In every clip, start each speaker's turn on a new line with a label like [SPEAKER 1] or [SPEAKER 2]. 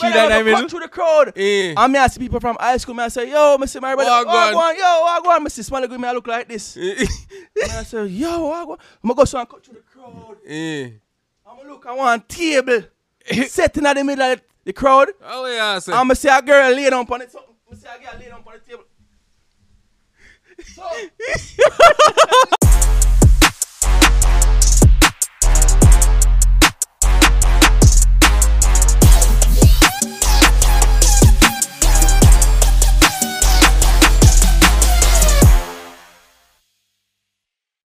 [SPEAKER 1] that
[SPEAKER 2] I
[SPEAKER 1] name
[SPEAKER 2] cut
[SPEAKER 1] is.
[SPEAKER 2] through the crowd.
[SPEAKER 1] Yeah.
[SPEAKER 2] I may ask people from high school. May I say, yo, Mr. My brother,
[SPEAKER 1] Wagwan. Eh.
[SPEAKER 2] Wagwan, yo, Wagwan, Mr. Smiley, good, may I look like this? Man, I say, yo, Wagwan. I'm going to go so I cut through the crowd.
[SPEAKER 1] yeah.
[SPEAKER 2] I'm going to look at one table sitting at the middle of the, the crowd.
[SPEAKER 1] Oh yeah, I said.
[SPEAKER 2] I'm going to see a girl lay down on it. So, I'm going to see a girl lay down on the table. So,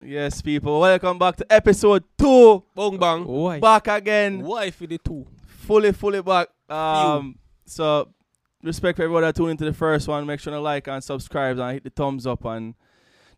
[SPEAKER 2] Yes, people, welcome back to episode two.
[SPEAKER 1] bong bang.
[SPEAKER 3] Why?
[SPEAKER 2] Back again,
[SPEAKER 3] Why for the two?
[SPEAKER 2] fully, fully back. Um, so respect for everyone that tuned into the first one. Make sure to like and subscribe and hit the thumbs up. And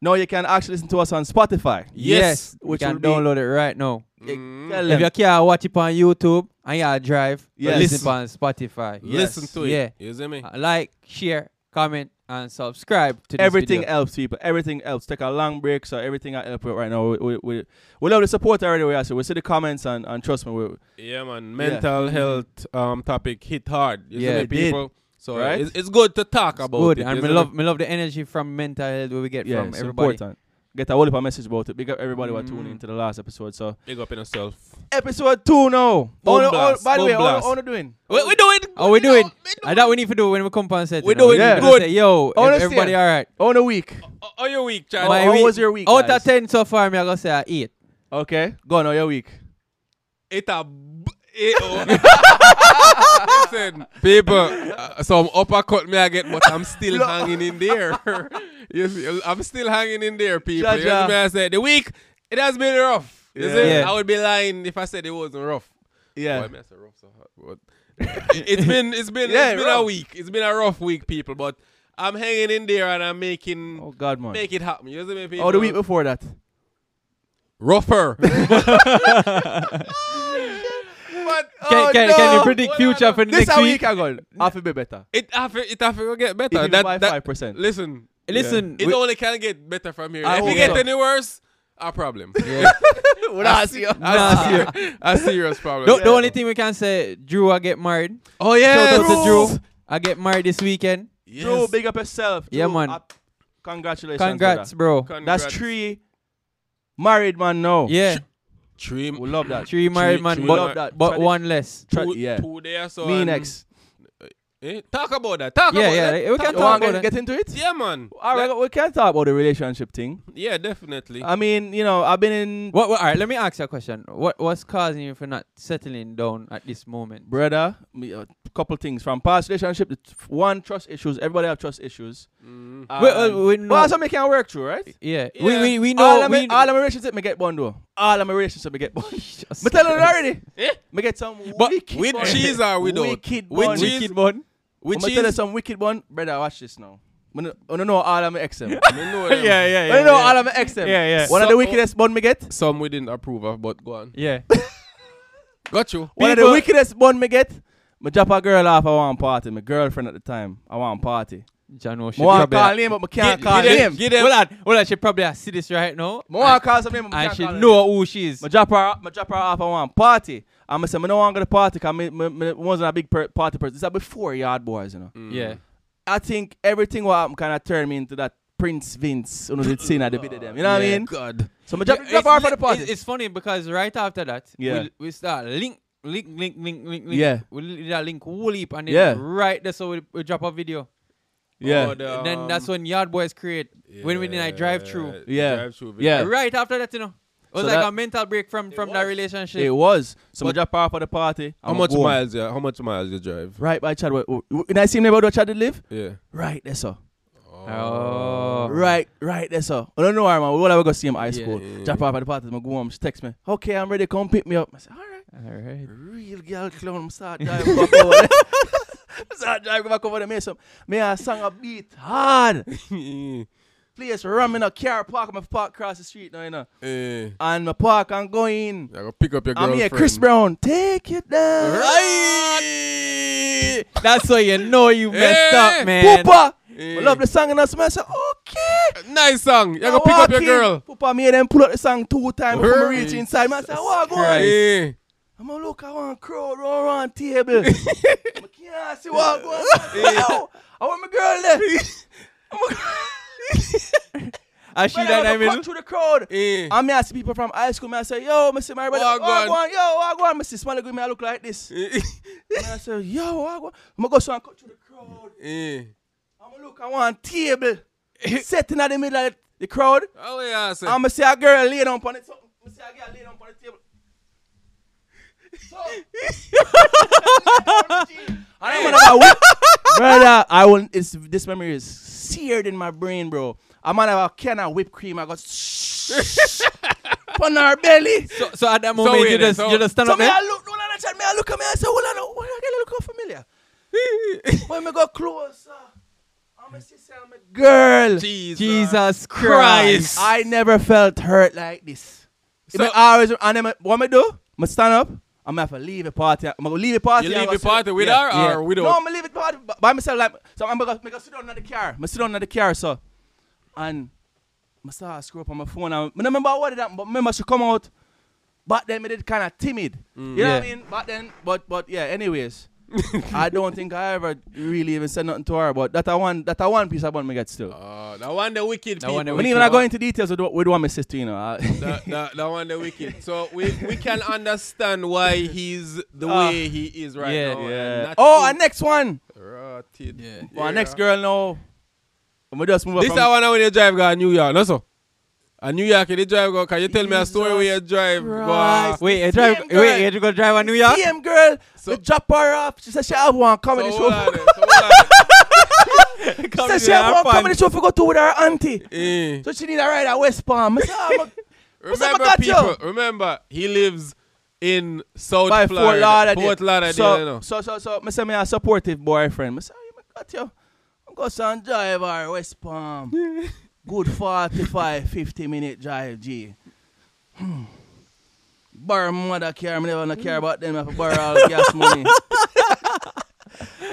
[SPEAKER 2] now you can actually listen to us on Spotify.
[SPEAKER 1] Yes,
[SPEAKER 3] you
[SPEAKER 2] which
[SPEAKER 3] can
[SPEAKER 2] will be-
[SPEAKER 3] download it right now.
[SPEAKER 1] Mm.
[SPEAKER 2] Tell
[SPEAKER 3] If
[SPEAKER 2] them.
[SPEAKER 3] you can't watch it on YouTube and you drive,
[SPEAKER 2] Yes.
[SPEAKER 3] listen on Spotify.
[SPEAKER 1] Listen
[SPEAKER 2] Yes.
[SPEAKER 1] to it.
[SPEAKER 3] Yeah.
[SPEAKER 1] You see me?
[SPEAKER 3] Uh, Like, share, comment, and subscribe to this
[SPEAKER 2] everything
[SPEAKER 3] video.
[SPEAKER 2] else, people. Everything else. Take a long break, so everything I help with right now. We, we, we, we love the support already. We ask. We see the comments and, and trust me. We,
[SPEAKER 1] Yeah, man. Mental health um topic hit hard. You
[SPEAKER 3] Yeah,
[SPEAKER 1] see me,
[SPEAKER 3] it did.
[SPEAKER 1] people?
[SPEAKER 3] uh,
[SPEAKER 1] So
[SPEAKER 2] Right?
[SPEAKER 1] it's, it's good to talk about
[SPEAKER 3] Good,
[SPEAKER 1] it.
[SPEAKER 3] and
[SPEAKER 1] you
[SPEAKER 3] we
[SPEAKER 1] see
[SPEAKER 3] love,
[SPEAKER 1] me?
[SPEAKER 3] we love the energy from mental health where we get
[SPEAKER 2] yeah,
[SPEAKER 3] from
[SPEAKER 2] it's
[SPEAKER 3] everybody.
[SPEAKER 2] important. Get a whole heap of message about it. Big up everybody who are tuning
[SPEAKER 3] Mm.
[SPEAKER 2] into the last episode. So
[SPEAKER 1] Big up in yourself.
[SPEAKER 2] episode two now.
[SPEAKER 1] Boom
[SPEAKER 2] Ono- ono-
[SPEAKER 1] blast,
[SPEAKER 2] by the
[SPEAKER 1] boom
[SPEAKER 2] way, how
[SPEAKER 1] blast.
[SPEAKER 2] how you doing?
[SPEAKER 1] We, we do it.
[SPEAKER 3] Oh, we do it.
[SPEAKER 1] We
[SPEAKER 3] And that we need to do when we come on set.
[SPEAKER 1] We
[SPEAKER 3] you know.
[SPEAKER 1] do
[SPEAKER 2] it
[SPEAKER 3] need to
[SPEAKER 1] good.
[SPEAKER 3] Say, Yo, ev-
[SPEAKER 2] Honestly.
[SPEAKER 3] everybody all right.
[SPEAKER 2] On a week.
[SPEAKER 1] Oh, oh, your week,
[SPEAKER 2] How,
[SPEAKER 1] child.
[SPEAKER 3] My
[SPEAKER 2] how
[SPEAKER 3] week-
[SPEAKER 2] was your week?
[SPEAKER 3] Out of
[SPEAKER 2] guys?
[SPEAKER 3] 10 so far, me I going to say I 8.
[SPEAKER 2] Okay, go on. How your week?
[SPEAKER 1] It a b- it oh. Listen, people, uh, some uppercut me I get, but I'm still hanging in there. you see, I'm still hanging in there, people. You
[SPEAKER 2] Jaja.
[SPEAKER 1] see me? I said the week it has been rough. You see?
[SPEAKER 2] Yeah.
[SPEAKER 3] Yeah.
[SPEAKER 1] I would be lying if I said it wasn't rough. Well,
[SPEAKER 2] Yeah.
[SPEAKER 1] I mean, I said rough, so hard, but it- it's been it's been
[SPEAKER 2] Yeah,
[SPEAKER 1] it's been a
[SPEAKER 2] rough.
[SPEAKER 1] week. It's been a rough week, people. But I'm hanging in there and I'm making
[SPEAKER 2] Oh God, man.
[SPEAKER 1] make it happen. You see me, people?
[SPEAKER 2] Oh, the week before that.
[SPEAKER 3] Oh,
[SPEAKER 1] rougher. but
[SPEAKER 3] Can,
[SPEAKER 2] Oh,
[SPEAKER 3] can, can
[SPEAKER 2] no.
[SPEAKER 3] you predict
[SPEAKER 1] Well,
[SPEAKER 3] future for the
[SPEAKER 2] This
[SPEAKER 3] next
[SPEAKER 2] a
[SPEAKER 3] week?
[SPEAKER 2] week ago. Half a bit better.
[SPEAKER 1] It have it have to get
[SPEAKER 2] If
[SPEAKER 1] better.
[SPEAKER 2] you
[SPEAKER 1] That,
[SPEAKER 2] buy
[SPEAKER 1] that-
[SPEAKER 2] five percent.
[SPEAKER 1] listen,
[SPEAKER 3] Listen,
[SPEAKER 1] it
[SPEAKER 3] we-
[SPEAKER 1] only can get better from here.
[SPEAKER 2] I
[SPEAKER 1] if
[SPEAKER 2] hope
[SPEAKER 1] it get
[SPEAKER 2] so.
[SPEAKER 1] any worse, a problem.
[SPEAKER 3] yeah.
[SPEAKER 2] I see.
[SPEAKER 3] Nah.
[SPEAKER 1] A, ser- a serious problem.
[SPEAKER 3] the, the only thing we can say, Drew, I get married.
[SPEAKER 1] oh yeah,
[SPEAKER 3] Shout out to Drew. I get married this weekend.
[SPEAKER 1] Yes.
[SPEAKER 2] Drew, big up yourself.
[SPEAKER 3] Yeah,
[SPEAKER 2] Drew,
[SPEAKER 3] man.
[SPEAKER 2] up. Congratulations.
[SPEAKER 3] Congrats, bro.
[SPEAKER 1] Congrats.
[SPEAKER 2] That's three married man now.
[SPEAKER 3] Yeah,
[SPEAKER 1] Three,
[SPEAKER 2] We love that.
[SPEAKER 3] three married man,
[SPEAKER 1] three
[SPEAKER 3] but,
[SPEAKER 1] mar-
[SPEAKER 2] that.
[SPEAKER 3] but
[SPEAKER 2] Tradi-
[SPEAKER 3] one less.
[SPEAKER 2] Tra-
[SPEAKER 1] two,
[SPEAKER 2] yeah.
[SPEAKER 1] two there. So
[SPEAKER 2] Me
[SPEAKER 1] and-
[SPEAKER 2] next.
[SPEAKER 1] Eh? Talk about that. Talk
[SPEAKER 3] Yeah,
[SPEAKER 1] about
[SPEAKER 3] yeah,
[SPEAKER 1] that.
[SPEAKER 3] we can
[SPEAKER 2] You
[SPEAKER 3] talk
[SPEAKER 2] want
[SPEAKER 3] about
[SPEAKER 2] to
[SPEAKER 3] it.
[SPEAKER 2] get into it?
[SPEAKER 1] Yeah, man.
[SPEAKER 2] All right, we can talk about the relationship thing.
[SPEAKER 1] That- yeah, definitely.
[SPEAKER 3] Uh,
[SPEAKER 2] I mean, you know, I've been in
[SPEAKER 3] What, what? All right, let me ask you a question. What What's causing you for not settling down at this moment?
[SPEAKER 2] brother, me- a couple things from past relationship. the t- One trust issues. Everybody have trust issues.
[SPEAKER 1] Mm.
[SPEAKER 2] Um,
[SPEAKER 3] Well, uh, we know.
[SPEAKER 2] well, something can work through, right?
[SPEAKER 3] yeah,
[SPEAKER 1] Yeah.
[SPEAKER 3] we we we
[SPEAKER 2] all,
[SPEAKER 3] know.
[SPEAKER 2] of
[SPEAKER 3] We,
[SPEAKER 2] my, all of my relationship me get bond though. All of my relationship me get bond.
[SPEAKER 3] Jesus
[SPEAKER 2] me tell you already.
[SPEAKER 1] Eh?
[SPEAKER 2] Me get some
[SPEAKER 3] But
[SPEAKER 2] wicked
[SPEAKER 1] with
[SPEAKER 2] bun.
[SPEAKER 1] cheese or without?
[SPEAKER 2] Wicked
[SPEAKER 1] With
[SPEAKER 2] bun.
[SPEAKER 1] cheese?
[SPEAKER 3] wicked one.
[SPEAKER 1] Which
[SPEAKER 2] I'ma
[SPEAKER 1] is,
[SPEAKER 2] tell you some wicked one, brother. Watch this now. I don't know all of my ex them. I
[SPEAKER 1] I know them.
[SPEAKER 3] yeah,
[SPEAKER 2] don't know all of my ex them.
[SPEAKER 3] Yeah, yeah.
[SPEAKER 2] One of
[SPEAKER 1] So-
[SPEAKER 2] the wickedest bun me get.
[SPEAKER 1] Some we didn't approve of, but go on.
[SPEAKER 3] yeah.
[SPEAKER 1] Got you.
[SPEAKER 2] One of the
[SPEAKER 3] People-
[SPEAKER 2] wickedest bun me get. Me drop a girl off. I want party. My girlfriend at the time. I want party.
[SPEAKER 3] John
[SPEAKER 2] I
[SPEAKER 3] should
[SPEAKER 2] want
[SPEAKER 3] probably.
[SPEAKER 2] call name, but me can't
[SPEAKER 1] Get-
[SPEAKER 2] call
[SPEAKER 1] get them-
[SPEAKER 2] name.
[SPEAKER 1] get
[SPEAKER 2] I
[SPEAKER 1] them-
[SPEAKER 3] Well, I, well, I should probably uh, see this right now.
[SPEAKER 2] want call some name, but me
[SPEAKER 3] I
[SPEAKER 2] can't call
[SPEAKER 3] should
[SPEAKER 2] her
[SPEAKER 3] know who she is.
[SPEAKER 2] I drop her, I drop her off. I want party. I'm gonna say, I don't want to go to party because I wasn't a big per- party person. It's like before yard boys, you know.
[SPEAKER 3] Yeah.
[SPEAKER 2] I think everything what happened kind of turned me into that Prince Vince, you know, the scene at the bit of them. You know what I mean?
[SPEAKER 1] God.
[SPEAKER 2] So I drop,
[SPEAKER 3] Yeah,
[SPEAKER 2] drop
[SPEAKER 3] it's
[SPEAKER 2] her off at
[SPEAKER 3] li-
[SPEAKER 2] the party.
[SPEAKER 3] It's, it's funny because right after that,
[SPEAKER 2] Yeah.
[SPEAKER 3] we, we start link, link, link, link, link, link.
[SPEAKER 2] Yeah.
[SPEAKER 3] We li- that link whole heap and then
[SPEAKER 2] Yeah.
[SPEAKER 3] right there, so we, we drop a video.
[SPEAKER 2] yeah.
[SPEAKER 1] But,
[SPEAKER 3] And then that's
[SPEAKER 1] um,
[SPEAKER 3] when Yard Boys create when we did I drive through.
[SPEAKER 2] Yeah.
[SPEAKER 1] Drive through.
[SPEAKER 2] Yeah.
[SPEAKER 3] Right after that, you know, it was
[SPEAKER 2] So
[SPEAKER 3] like
[SPEAKER 2] that-
[SPEAKER 3] a mental break from from that relationship.
[SPEAKER 2] it was. So I
[SPEAKER 1] But-
[SPEAKER 2] drop her off at the party.
[SPEAKER 1] How
[SPEAKER 2] I'ma
[SPEAKER 1] much
[SPEAKER 2] go home.
[SPEAKER 1] miles? Yeah. How much miles you drive?
[SPEAKER 2] Right by Chad. When I see him about where Chad did live,
[SPEAKER 1] Yeah.
[SPEAKER 2] right there, sir.
[SPEAKER 3] oh,
[SPEAKER 2] Right, right there, sir. I don't know her, man. We will ever go see him high
[SPEAKER 3] Yeah,
[SPEAKER 2] school.
[SPEAKER 1] yeah,
[SPEAKER 2] Drop her off at the party. I go home. She text me, okay, I'm ready. Come pick me up. I say, all right.
[SPEAKER 3] All right.
[SPEAKER 2] real girl clown. I'm start driving back over there. I'm start driving back over there. Me, some, me I sang a beat hard. Place rum in a car park. I'm park across the street now, you know.
[SPEAKER 1] Eh.
[SPEAKER 2] And my park, I'm going.
[SPEAKER 1] I go pick up your
[SPEAKER 2] I'm
[SPEAKER 1] girlfriend.
[SPEAKER 2] here, Chris Brown. Take it down.
[SPEAKER 1] Right.
[SPEAKER 3] That's why you know you messed
[SPEAKER 1] Eh,
[SPEAKER 3] up, man.
[SPEAKER 2] Poopa.
[SPEAKER 1] Eh.
[SPEAKER 2] I love the song and I smell. I say, okay.
[SPEAKER 1] Nice song. You
[SPEAKER 2] I
[SPEAKER 1] go pick up your
[SPEAKER 2] walk in.
[SPEAKER 1] girl.
[SPEAKER 2] Poopa, me hear them pull up the song two times before me
[SPEAKER 1] Word.
[SPEAKER 2] reach inside. Man, I say, what going
[SPEAKER 3] Christ.
[SPEAKER 1] Eh.
[SPEAKER 2] I'm going to look at one crowd run around table. I can't Yo, I want my girl there.
[SPEAKER 3] And she
[SPEAKER 2] She I
[SPEAKER 3] that I
[SPEAKER 2] have to
[SPEAKER 3] mean,
[SPEAKER 2] cut through the crowd.
[SPEAKER 1] Eh.
[SPEAKER 2] And me ask people from high school, me I say, yo, me see my brother, oh,
[SPEAKER 1] Wagwan.
[SPEAKER 2] go on, yo, oh, go on, me see smell good, me I look like this. and
[SPEAKER 1] Eh.
[SPEAKER 2] I say, yo, oh, go on. Me go so and cut through the crowd.
[SPEAKER 1] Eh.
[SPEAKER 2] I'm look at one table, sitting at the middle of the crowd.
[SPEAKER 1] Oh yeah, I say.
[SPEAKER 2] I'm gonna see a girl lay down on it. So, I see a girl lay down on the table. So, I don't have a whip. Brother, I will. It's, this memory is seared in my brain, bro. I'm gonna have a can of whipped cream. I got on her belly. So,
[SPEAKER 3] so, so at that moment
[SPEAKER 1] wait
[SPEAKER 3] you
[SPEAKER 1] then,
[SPEAKER 3] just
[SPEAKER 1] so-
[SPEAKER 3] you just stand up eh?
[SPEAKER 2] me,
[SPEAKER 3] there.
[SPEAKER 2] I look. Hold on, I tell me, I look at me. I say, hold on, hold on, I look how familiar. when me go closer, I'm a sister, I'm a girl.
[SPEAKER 1] Jesus.
[SPEAKER 3] Jesus
[SPEAKER 1] Christ.
[SPEAKER 3] Christ.
[SPEAKER 2] I never felt hurt like this.
[SPEAKER 1] So-
[SPEAKER 2] So, I always, and then I- what me do? I stand up. I'm gonna have to leave a party. I'm gonna leave a party.
[SPEAKER 1] You
[SPEAKER 2] I'm
[SPEAKER 1] leave
[SPEAKER 2] gonna
[SPEAKER 1] the party
[SPEAKER 2] sit-
[SPEAKER 1] with
[SPEAKER 2] yeah,
[SPEAKER 1] her
[SPEAKER 2] yeah.
[SPEAKER 1] or without?
[SPEAKER 2] No, I'm gonna leave the party b- by myself. Like, so I'm gonna, I'm gonna sit down in the car. I sit down in the car, so, and I start screw up on my phone. And I don't remember what did happen, but remember she come out. Back then, I did kind of timid.
[SPEAKER 1] Mm.
[SPEAKER 2] you know what I
[SPEAKER 3] Yeah.
[SPEAKER 2] mean? Back then, but but yeah. Anyways, I don't think I ever really even said nothing to her. But that I one that I one piece I want me get still.
[SPEAKER 1] Oh, that one the wicked
[SPEAKER 3] That
[SPEAKER 1] people.
[SPEAKER 3] one the
[SPEAKER 2] We need
[SPEAKER 3] wicked.
[SPEAKER 2] when I go into details with, with one my sister, you know. I-
[SPEAKER 1] that, that, that one the wicked. So we we can understand why he's the
[SPEAKER 2] Ah.
[SPEAKER 1] way he is right
[SPEAKER 3] Yeah.
[SPEAKER 1] now.
[SPEAKER 2] yeah.
[SPEAKER 1] and
[SPEAKER 2] Oh,
[SPEAKER 1] nothing
[SPEAKER 2] and next one.
[SPEAKER 1] rotted.
[SPEAKER 3] Yeah.
[SPEAKER 2] Well, next girl now. I'm gonna just move
[SPEAKER 1] This
[SPEAKER 2] up
[SPEAKER 1] is
[SPEAKER 2] from
[SPEAKER 1] one when you drive go to New York, no so. And New York, you drive go. Can you tell me a story where you drive go?
[SPEAKER 2] Christ.
[SPEAKER 3] Wait, you drive.
[SPEAKER 2] Same girl.
[SPEAKER 3] Wait, you go drive on New York.
[SPEAKER 2] PM girl.
[SPEAKER 1] So-
[SPEAKER 2] we drop her up. She said she have one comedy
[SPEAKER 1] So
[SPEAKER 2] show.
[SPEAKER 1] hold on there, so hold on
[SPEAKER 2] she said she have one comedy show for go to with her auntie.
[SPEAKER 1] there. Eh.
[SPEAKER 2] So she need a ride at West Palm. I said, "Ah, I'm a- up,
[SPEAKER 1] Remember,
[SPEAKER 2] I got
[SPEAKER 1] people. Remember, he lives in South
[SPEAKER 2] by Fort
[SPEAKER 1] Florida.
[SPEAKER 2] Lauderdale.
[SPEAKER 1] Fort Lauderdale,
[SPEAKER 2] So,
[SPEAKER 1] you know.
[SPEAKER 2] so, so, so, I said, me a supportive boyfriend. I said, you got you. I'm going to drive her West Palm. Good 45, 50 minute drive, G. Hmm. Borrow my mother care. I never wanna care about them. I have to borrow all the gas money.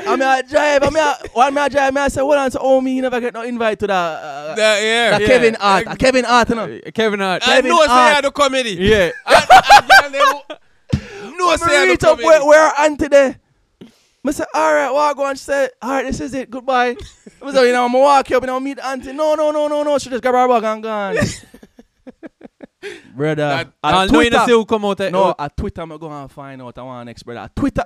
[SPEAKER 2] I mean, I drive. I mean, I, when I drive, me I say, hold on, so, oh, me, you never get no invite to the, uh,
[SPEAKER 1] That- yeah,
[SPEAKER 2] the
[SPEAKER 1] yeah.
[SPEAKER 2] Kevin Hart. Uh, Kevin Hart, you know.
[SPEAKER 3] Uh, Kevin Hart.
[SPEAKER 1] I
[SPEAKER 2] Kevin
[SPEAKER 1] know say I
[SPEAKER 2] Hart.
[SPEAKER 1] do comedy.
[SPEAKER 3] Yeah.
[SPEAKER 1] No
[SPEAKER 2] I
[SPEAKER 1] say I do
[SPEAKER 2] reach up
[SPEAKER 1] comedy.
[SPEAKER 2] where, where her auntie there. I say, all right, walk on. She said, all right, this is it. Goodbye. I said, you know, I'm going to walk you up and I'll meet auntie. No, no, no, no, no. She just grab her bag and gone. Brother.
[SPEAKER 1] That-
[SPEAKER 2] on
[SPEAKER 3] uh, I know you
[SPEAKER 2] Twitter-
[SPEAKER 3] see who come out. eh,
[SPEAKER 2] No,
[SPEAKER 3] who-
[SPEAKER 2] I Twitter, I'm going to go and find out. I want next brother. I Twitter.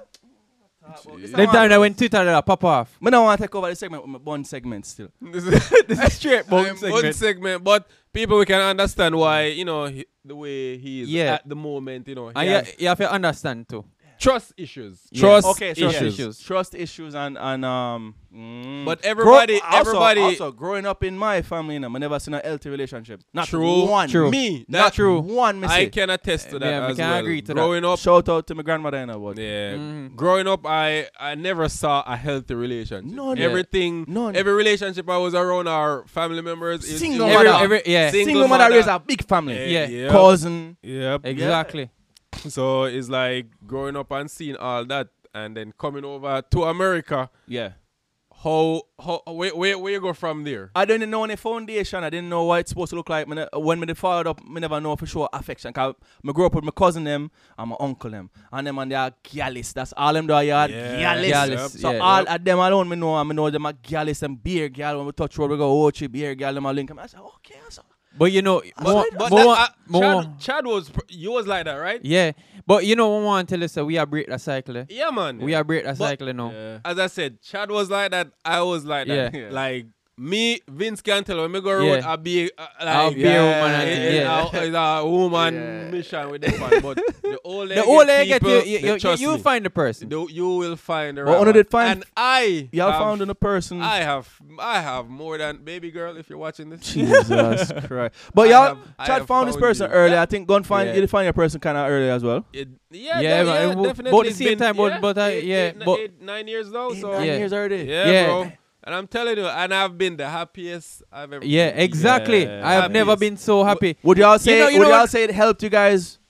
[SPEAKER 3] Them time that when Twitter that pop off.
[SPEAKER 2] I don't want to take over the segment with my bun segment still.
[SPEAKER 1] This is-
[SPEAKER 3] This is straight
[SPEAKER 1] Um, one segment, but people, we can understand why you know he, the way he is
[SPEAKER 3] Yeah.
[SPEAKER 1] at the moment. You know, he
[SPEAKER 3] And
[SPEAKER 1] has
[SPEAKER 3] you, you have to understand too.
[SPEAKER 1] trust issues,
[SPEAKER 3] Yeah.
[SPEAKER 1] trust
[SPEAKER 2] Okay, trust
[SPEAKER 1] issues.
[SPEAKER 2] issues.
[SPEAKER 3] issues.
[SPEAKER 2] Trust issues and and um. mm.
[SPEAKER 1] But
[SPEAKER 2] Grow-
[SPEAKER 1] everybody-
[SPEAKER 2] also-
[SPEAKER 1] everybody-
[SPEAKER 2] Also, growing up in my family, you know, I never seen a healthy relationship. Not
[SPEAKER 1] True,
[SPEAKER 2] One.
[SPEAKER 3] True.
[SPEAKER 1] Me,
[SPEAKER 2] Not
[SPEAKER 1] that-
[SPEAKER 2] true. One
[SPEAKER 1] I
[SPEAKER 2] mistake.
[SPEAKER 1] can attest to that
[SPEAKER 3] Yeah, we
[SPEAKER 1] as
[SPEAKER 3] can
[SPEAKER 1] well.
[SPEAKER 3] agree to that.
[SPEAKER 1] growing up,
[SPEAKER 2] Shout out to my grandmother, you know, but
[SPEAKER 1] yeah,
[SPEAKER 3] Mhm.
[SPEAKER 1] growing up, I I never saw a healthy relationship.
[SPEAKER 2] None.
[SPEAKER 1] Everything,
[SPEAKER 2] None.
[SPEAKER 1] every relationship I was around, our family members, is-
[SPEAKER 2] Single
[SPEAKER 1] it was
[SPEAKER 2] mother.
[SPEAKER 3] Every,
[SPEAKER 1] a-
[SPEAKER 3] every, yeah.
[SPEAKER 1] Sing-
[SPEAKER 2] Eh, single,
[SPEAKER 1] Single
[SPEAKER 2] mother
[SPEAKER 1] mother. Eh,
[SPEAKER 2] raised a big family.
[SPEAKER 3] Yeah.
[SPEAKER 1] yep,
[SPEAKER 2] Cousin.
[SPEAKER 1] yep.
[SPEAKER 3] exactly.
[SPEAKER 1] So it's like growing up and seeing all that, and then coming over to America.
[SPEAKER 2] Yeah.
[SPEAKER 1] How how where where, where you go from there?
[SPEAKER 2] I didn't know any foundation. I didn't know what it's supposed to look like. Me ne- When me followed up, me never know for sure affection. Cause me grew up with my cousin them and my uncle them, and them and they are gyalis. That's all them do. They are
[SPEAKER 1] Yeah.
[SPEAKER 2] gyalis.
[SPEAKER 1] Gyalis,
[SPEAKER 2] So
[SPEAKER 3] yeah.
[SPEAKER 2] all
[SPEAKER 1] Yep.
[SPEAKER 2] of them alone, me know. I me know them are gyalis and beer gal. When we touch road, we go Ochi beer gal. Them a link. 'em. I said okay. I said,
[SPEAKER 3] But you know, more,
[SPEAKER 1] But
[SPEAKER 3] more,
[SPEAKER 1] that, uh,
[SPEAKER 3] more,
[SPEAKER 1] Chad, Chad was pr- you was like that, right?
[SPEAKER 3] yeah. But you know, one want to tell us that we are break the cycle. eh.
[SPEAKER 1] Yeah, man.
[SPEAKER 3] We are break the
[SPEAKER 1] But-
[SPEAKER 3] cycle now.
[SPEAKER 2] yeah.
[SPEAKER 1] As I said, Chad was like that. I was like that.
[SPEAKER 3] Yeah.
[SPEAKER 2] Yeah.
[SPEAKER 1] Like me, Vince Cantel, when me go road,
[SPEAKER 3] Yeah.
[SPEAKER 1] I be uh, like
[SPEAKER 3] I'll be a woman and
[SPEAKER 1] it-
[SPEAKER 3] thing,
[SPEAKER 1] it-
[SPEAKER 3] yeah.
[SPEAKER 1] I'll- It's a woman
[SPEAKER 2] Yeah.
[SPEAKER 1] mission with that one. But the old
[SPEAKER 3] The older you get,
[SPEAKER 1] people,
[SPEAKER 3] you, you,
[SPEAKER 1] they
[SPEAKER 3] you,
[SPEAKER 1] trust
[SPEAKER 3] you, will
[SPEAKER 1] me.
[SPEAKER 3] find the person.
[SPEAKER 1] The- you will find the
[SPEAKER 2] Well,
[SPEAKER 1] right
[SPEAKER 2] under
[SPEAKER 1] one.
[SPEAKER 2] that find-
[SPEAKER 1] and I
[SPEAKER 2] Y'all
[SPEAKER 1] have-
[SPEAKER 2] found in a person.
[SPEAKER 1] I have I have more than baby girl. If you're watching this,
[SPEAKER 2] Jesus Christ. But
[SPEAKER 1] I
[SPEAKER 2] y'all,
[SPEAKER 1] have- I
[SPEAKER 2] Chad
[SPEAKER 1] have
[SPEAKER 2] found this
[SPEAKER 1] found
[SPEAKER 2] person
[SPEAKER 1] you.
[SPEAKER 2] early. I think gun find
[SPEAKER 3] Yeah.
[SPEAKER 2] you find your person kind of early as well.
[SPEAKER 1] It- yeah,
[SPEAKER 3] Yeah,
[SPEAKER 1] de-
[SPEAKER 3] but it
[SPEAKER 1] yeah,
[SPEAKER 3] wo-
[SPEAKER 1] definitely.
[SPEAKER 3] both the
[SPEAKER 1] it's
[SPEAKER 3] same
[SPEAKER 1] been-
[SPEAKER 3] time, but-
[SPEAKER 1] yeah,
[SPEAKER 3] but I-
[SPEAKER 1] eight-
[SPEAKER 3] yeah,
[SPEAKER 1] eight-
[SPEAKER 3] but-
[SPEAKER 1] eight, nine years now.
[SPEAKER 2] Eight,
[SPEAKER 1] So
[SPEAKER 2] nine
[SPEAKER 3] Yeah.
[SPEAKER 2] years early.
[SPEAKER 1] Yeah,
[SPEAKER 3] Yeah.
[SPEAKER 1] bro. And I'm telling you, and I've been the happiest I've ever.
[SPEAKER 3] Yeah,
[SPEAKER 1] been.
[SPEAKER 3] exactly.
[SPEAKER 2] Yeah.
[SPEAKER 3] I have never
[SPEAKER 1] Happiest.
[SPEAKER 3] been so happy.
[SPEAKER 2] Would y'all say?
[SPEAKER 3] know- you
[SPEAKER 2] would
[SPEAKER 3] know
[SPEAKER 2] y'all
[SPEAKER 3] what-
[SPEAKER 2] say it helped you guys?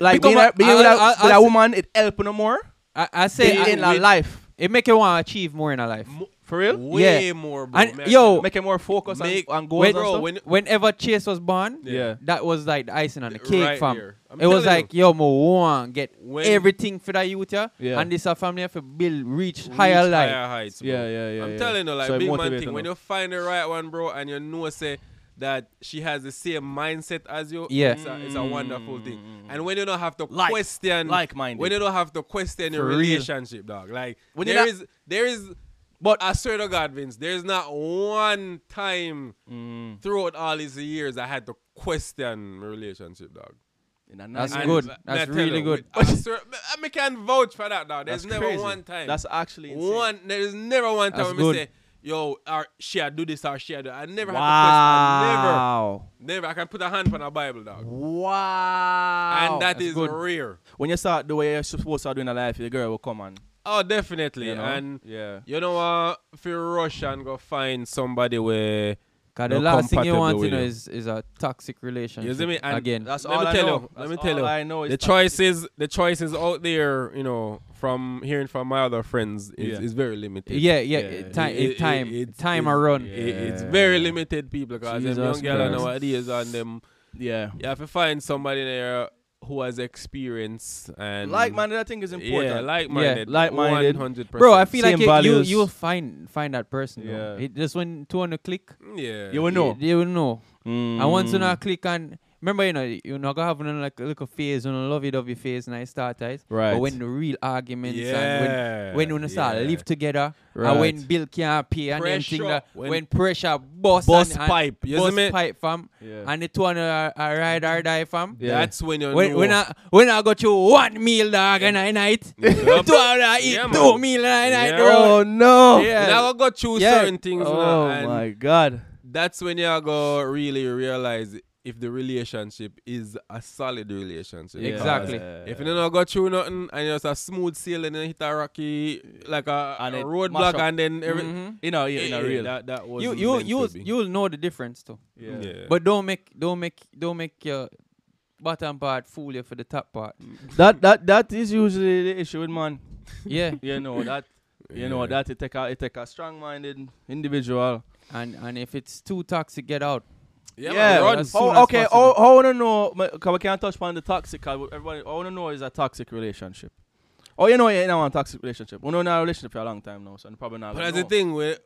[SPEAKER 2] Like
[SPEAKER 3] Become
[SPEAKER 2] being,
[SPEAKER 3] a-
[SPEAKER 2] a, being with,
[SPEAKER 3] I-
[SPEAKER 2] a,
[SPEAKER 3] I- I-
[SPEAKER 2] with
[SPEAKER 3] I-
[SPEAKER 2] a woman, it helped no more
[SPEAKER 3] I, I say
[SPEAKER 2] in,
[SPEAKER 3] I,
[SPEAKER 2] in a
[SPEAKER 3] it,
[SPEAKER 2] life.
[SPEAKER 3] make you want to achieve more in a life.
[SPEAKER 1] Mo-
[SPEAKER 2] For real?
[SPEAKER 1] Way more, bro.
[SPEAKER 3] And,
[SPEAKER 1] Me-
[SPEAKER 3] yo,
[SPEAKER 2] Make it more focus on,
[SPEAKER 1] Make-
[SPEAKER 2] on goals
[SPEAKER 3] when,
[SPEAKER 2] and
[SPEAKER 1] bro,
[SPEAKER 2] stuff?
[SPEAKER 1] when-
[SPEAKER 3] whenever Chase was born,
[SPEAKER 1] Yeah.
[SPEAKER 2] yeah.
[SPEAKER 3] that was like the icing on the cake,
[SPEAKER 1] Right
[SPEAKER 3] fam.
[SPEAKER 1] there. I'm
[SPEAKER 3] It was
[SPEAKER 1] telling
[SPEAKER 3] like, yo, mo want get
[SPEAKER 1] When-
[SPEAKER 3] everything for that youth, yeah?
[SPEAKER 2] Yeah.
[SPEAKER 3] and this a family have to build, reach,
[SPEAKER 1] reach
[SPEAKER 3] higher life.
[SPEAKER 1] higher heights, bro.
[SPEAKER 2] Yeah, yeah, yeah,
[SPEAKER 1] I'm
[SPEAKER 2] yeah.
[SPEAKER 1] telling you, like,
[SPEAKER 2] So it
[SPEAKER 1] big man
[SPEAKER 2] motivate
[SPEAKER 1] thing,
[SPEAKER 2] her
[SPEAKER 1] when
[SPEAKER 2] now.
[SPEAKER 1] you find the right one, bro, and you know, say, that she has the same mindset as you,
[SPEAKER 3] Yeah.
[SPEAKER 1] it's, a, it's a wonderful thing. And when you don't have to
[SPEAKER 2] Mm-hmm. Like-
[SPEAKER 1] question,
[SPEAKER 2] like-minded.
[SPEAKER 1] when you don't have to question your
[SPEAKER 3] For real.
[SPEAKER 1] relationship, dog, like
[SPEAKER 2] When you're
[SPEAKER 1] there
[SPEAKER 2] not-
[SPEAKER 1] is, there is, but I swear to God, Vince, there is not one time
[SPEAKER 2] Mm.
[SPEAKER 1] throughout all these years I had to question my relationship, dog.
[SPEAKER 2] In a
[SPEAKER 3] That's
[SPEAKER 2] nice-
[SPEAKER 1] And
[SPEAKER 3] good.
[SPEAKER 1] I-
[SPEAKER 3] That's
[SPEAKER 1] I tell
[SPEAKER 3] really
[SPEAKER 1] you,
[SPEAKER 3] good.
[SPEAKER 1] I, swear, I can vouch for that, dog. There's
[SPEAKER 2] That's
[SPEAKER 1] never
[SPEAKER 2] crazy.
[SPEAKER 1] one time.
[SPEAKER 2] That's actually insane.
[SPEAKER 1] One, there's never one
[SPEAKER 3] That's
[SPEAKER 1] time we
[SPEAKER 3] good.
[SPEAKER 1] say, "Yo, or she I do this or she I do." I never have to
[SPEAKER 2] Wow.
[SPEAKER 1] question. Never, never. I can put a hand on a Bible, dog,
[SPEAKER 2] Wow.
[SPEAKER 1] and that
[SPEAKER 3] That's
[SPEAKER 1] is
[SPEAKER 3] good.
[SPEAKER 1] rare.
[SPEAKER 2] when you start the way you're supposed to do in a life, the girl will come on.
[SPEAKER 1] Oh, definitely.
[SPEAKER 2] You know?
[SPEAKER 1] And
[SPEAKER 2] yeah.
[SPEAKER 1] you know, uh, if you rush and go find somebody where,
[SPEAKER 3] Cause the
[SPEAKER 1] Not
[SPEAKER 3] last thing you
[SPEAKER 1] compatible
[SPEAKER 3] want to
[SPEAKER 1] with
[SPEAKER 3] know
[SPEAKER 1] you.
[SPEAKER 3] is, is a toxic relationship.
[SPEAKER 1] you see me, and
[SPEAKER 3] Again,
[SPEAKER 2] That's
[SPEAKER 1] let
[SPEAKER 2] all
[SPEAKER 1] me
[SPEAKER 2] I
[SPEAKER 1] tell
[SPEAKER 2] know.
[SPEAKER 1] you,
[SPEAKER 2] That's
[SPEAKER 1] let me
[SPEAKER 2] all
[SPEAKER 1] tell you,
[SPEAKER 2] I know is
[SPEAKER 1] the
[SPEAKER 2] toxic.
[SPEAKER 1] choices, the choices out there, you know, from hearing from my other friends is,
[SPEAKER 2] Yeah.
[SPEAKER 1] is very limited.
[SPEAKER 3] yeah, yeah,
[SPEAKER 2] Yeah,
[SPEAKER 3] it-
[SPEAKER 2] yeah.
[SPEAKER 3] time,
[SPEAKER 1] It-
[SPEAKER 3] it,
[SPEAKER 1] it-
[SPEAKER 3] time,
[SPEAKER 1] it-
[SPEAKER 3] time
[SPEAKER 1] it-
[SPEAKER 3] around.
[SPEAKER 1] it- it's
[SPEAKER 2] Yeah.
[SPEAKER 1] very limited people because them young
[SPEAKER 3] Jesus
[SPEAKER 1] girl
[SPEAKER 3] Christ.
[SPEAKER 1] nowadays and them
[SPEAKER 2] Yeah.
[SPEAKER 1] You have to find somebody there who has experience and
[SPEAKER 2] Like minded, I think is important.
[SPEAKER 1] Yeah, like minded.
[SPEAKER 2] Yeah, like-minded.
[SPEAKER 1] hundred percent.
[SPEAKER 3] Bro, I feel
[SPEAKER 2] Same
[SPEAKER 3] like it, you
[SPEAKER 2] values.
[SPEAKER 3] you will find find that person. Yeah.
[SPEAKER 2] Yeah.
[SPEAKER 3] It just when two on a click,
[SPEAKER 1] Mm, yeah.
[SPEAKER 2] You will know.
[SPEAKER 3] you, you will know.
[SPEAKER 2] Mm.
[SPEAKER 3] And once you not click on, remember you know you're not gonna have no like little phase, you know lovey dovey phase, nice start right.
[SPEAKER 2] Right.
[SPEAKER 3] But when the real arguments
[SPEAKER 1] Yeah,
[SPEAKER 3] and when when you start
[SPEAKER 1] yeah.
[SPEAKER 3] live together,
[SPEAKER 2] Right.
[SPEAKER 3] and when bill can't pay and them thing
[SPEAKER 1] Pressure.
[SPEAKER 3] that,
[SPEAKER 1] When-
[SPEAKER 3] when, pressure bust,
[SPEAKER 1] Bust
[SPEAKER 3] and,
[SPEAKER 1] pipe,
[SPEAKER 3] and
[SPEAKER 1] you see
[SPEAKER 3] bust
[SPEAKER 1] me?
[SPEAKER 3] pipe fam,
[SPEAKER 2] Yeah.
[SPEAKER 3] and the two on a, a ride or die fam.
[SPEAKER 2] Yeah.
[SPEAKER 1] That's when you
[SPEAKER 3] When
[SPEAKER 1] know.
[SPEAKER 3] when I when I got you one meal dog and I night, two
[SPEAKER 1] Yup.
[SPEAKER 3] I eat
[SPEAKER 1] Yeah,
[SPEAKER 3] two
[SPEAKER 1] man.
[SPEAKER 3] meal and I night.
[SPEAKER 1] Yeah.
[SPEAKER 3] bro.
[SPEAKER 2] Oh no.
[SPEAKER 3] Yeah.
[SPEAKER 1] and I go through
[SPEAKER 3] Yeah.
[SPEAKER 1] certain things. you know,
[SPEAKER 2] Oh
[SPEAKER 1] and
[SPEAKER 2] my god.
[SPEAKER 1] That's when you go really realize if the relationship is a solid relationship.
[SPEAKER 3] Yeah.
[SPEAKER 1] Because
[SPEAKER 3] Exactly.
[SPEAKER 1] If you don't go through nothing and it's a smooth sailing and you hit a rocky like a,
[SPEAKER 2] And
[SPEAKER 1] a
[SPEAKER 2] it mash
[SPEAKER 1] roadblock
[SPEAKER 2] up.
[SPEAKER 1] and then every
[SPEAKER 3] Mhm.
[SPEAKER 2] you know, yeah, you
[SPEAKER 1] Yeah,
[SPEAKER 2] know, real.
[SPEAKER 1] that that was
[SPEAKER 3] You you you you'll know the difference too.
[SPEAKER 2] yeah.
[SPEAKER 1] but
[SPEAKER 3] Mm-hmm. But don't make don't make don't make your bottom part fool you for the top part.
[SPEAKER 1] Mm.
[SPEAKER 2] That that that is usually the issue with man.
[SPEAKER 3] Yeah.
[SPEAKER 2] You know that. You know
[SPEAKER 1] Yeah.
[SPEAKER 2] that it take a it take a strong-minded individual.
[SPEAKER 3] And and if it's too toxic, get out.
[SPEAKER 1] yeah, man, run.
[SPEAKER 3] that's- soon as
[SPEAKER 2] Oh, okay.
[SPEAKER 3] possible.
[SPEAKER 2] Oh, I want to know because we can't touch upon the toxic. 'cause Everybody, oh, I want to know is a toxic relationship. Oh, you know, yeah, you know, a toxic relationship. We know in a relationship for a long time now, so I'm probably not.
[SPEAKER 1] But
[SPEAKER 2] gonna
[SPEAKER 1] that's the
[SPEAKER 2] know.
[SPEAKER 1] thing with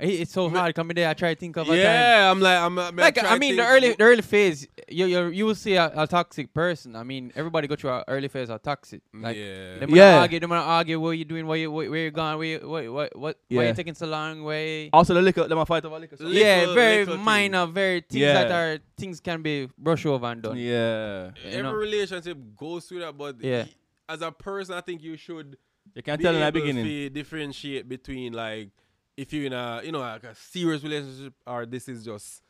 [SPEAKER 3] Eh, It's so hard coming there. I try to think of a time.
[SPEAKER 1] Yeah, I'm like I'm, I'm
[SPEAKER 3] Like
[SPEAKER 1] trying
[SPEAKER 3] I
[SPEAKER 1] to
[SPEAKER 3] mean, the
[SPEAKER 1] think-
[SPEAKER 3] early the early phase, you you you will see a, a toxic person. I mean, everybody go through an early phase of toxic. Like
[SPEAKER 1] Mm, yeah.
[SPEAKER 3] They might
[SPEAKER 2] Yeah.
[SPEAKER 3] argue. They might argue. What you doing? Where you where, where you gone? Where you, what what what? Why
[SPEAKER 2] Yeah.
[SPEAKER 3] you taking so long? Where? you-
[SPEAKER 2] Also, the liquor, them a fight over liquor. so-
[SPEAKER 1] Li-
[SPEAKER 3] yeah,
[SPEAKER 1] little-
[SPEAKER 3] very
[SPEAKER 1] little thing.
[SPEAKER 3] minor, very things
[SPEAKER 2] Yeah.
[SPEAKER 3] that are things can be brushed over and done.
[SPEAKER 2] yeah,
[SPEAKER 1] every
[SPEAKER 3] you know.
[SPEAKER 1] relationship goes through that, but
[SPEAKER 3] Yeah.
[SPEAKER 1] y- as a person, I think you should
[SPEAKER 2] you can't
[SPEAKER 1] be
[SPEAKER 2] tell in the
[SPEAKER 1] able
[SPEAKER 2] beginning.
[SPEAKER 1] to differentiate between like if you're in a you know like a serious relationship or this is just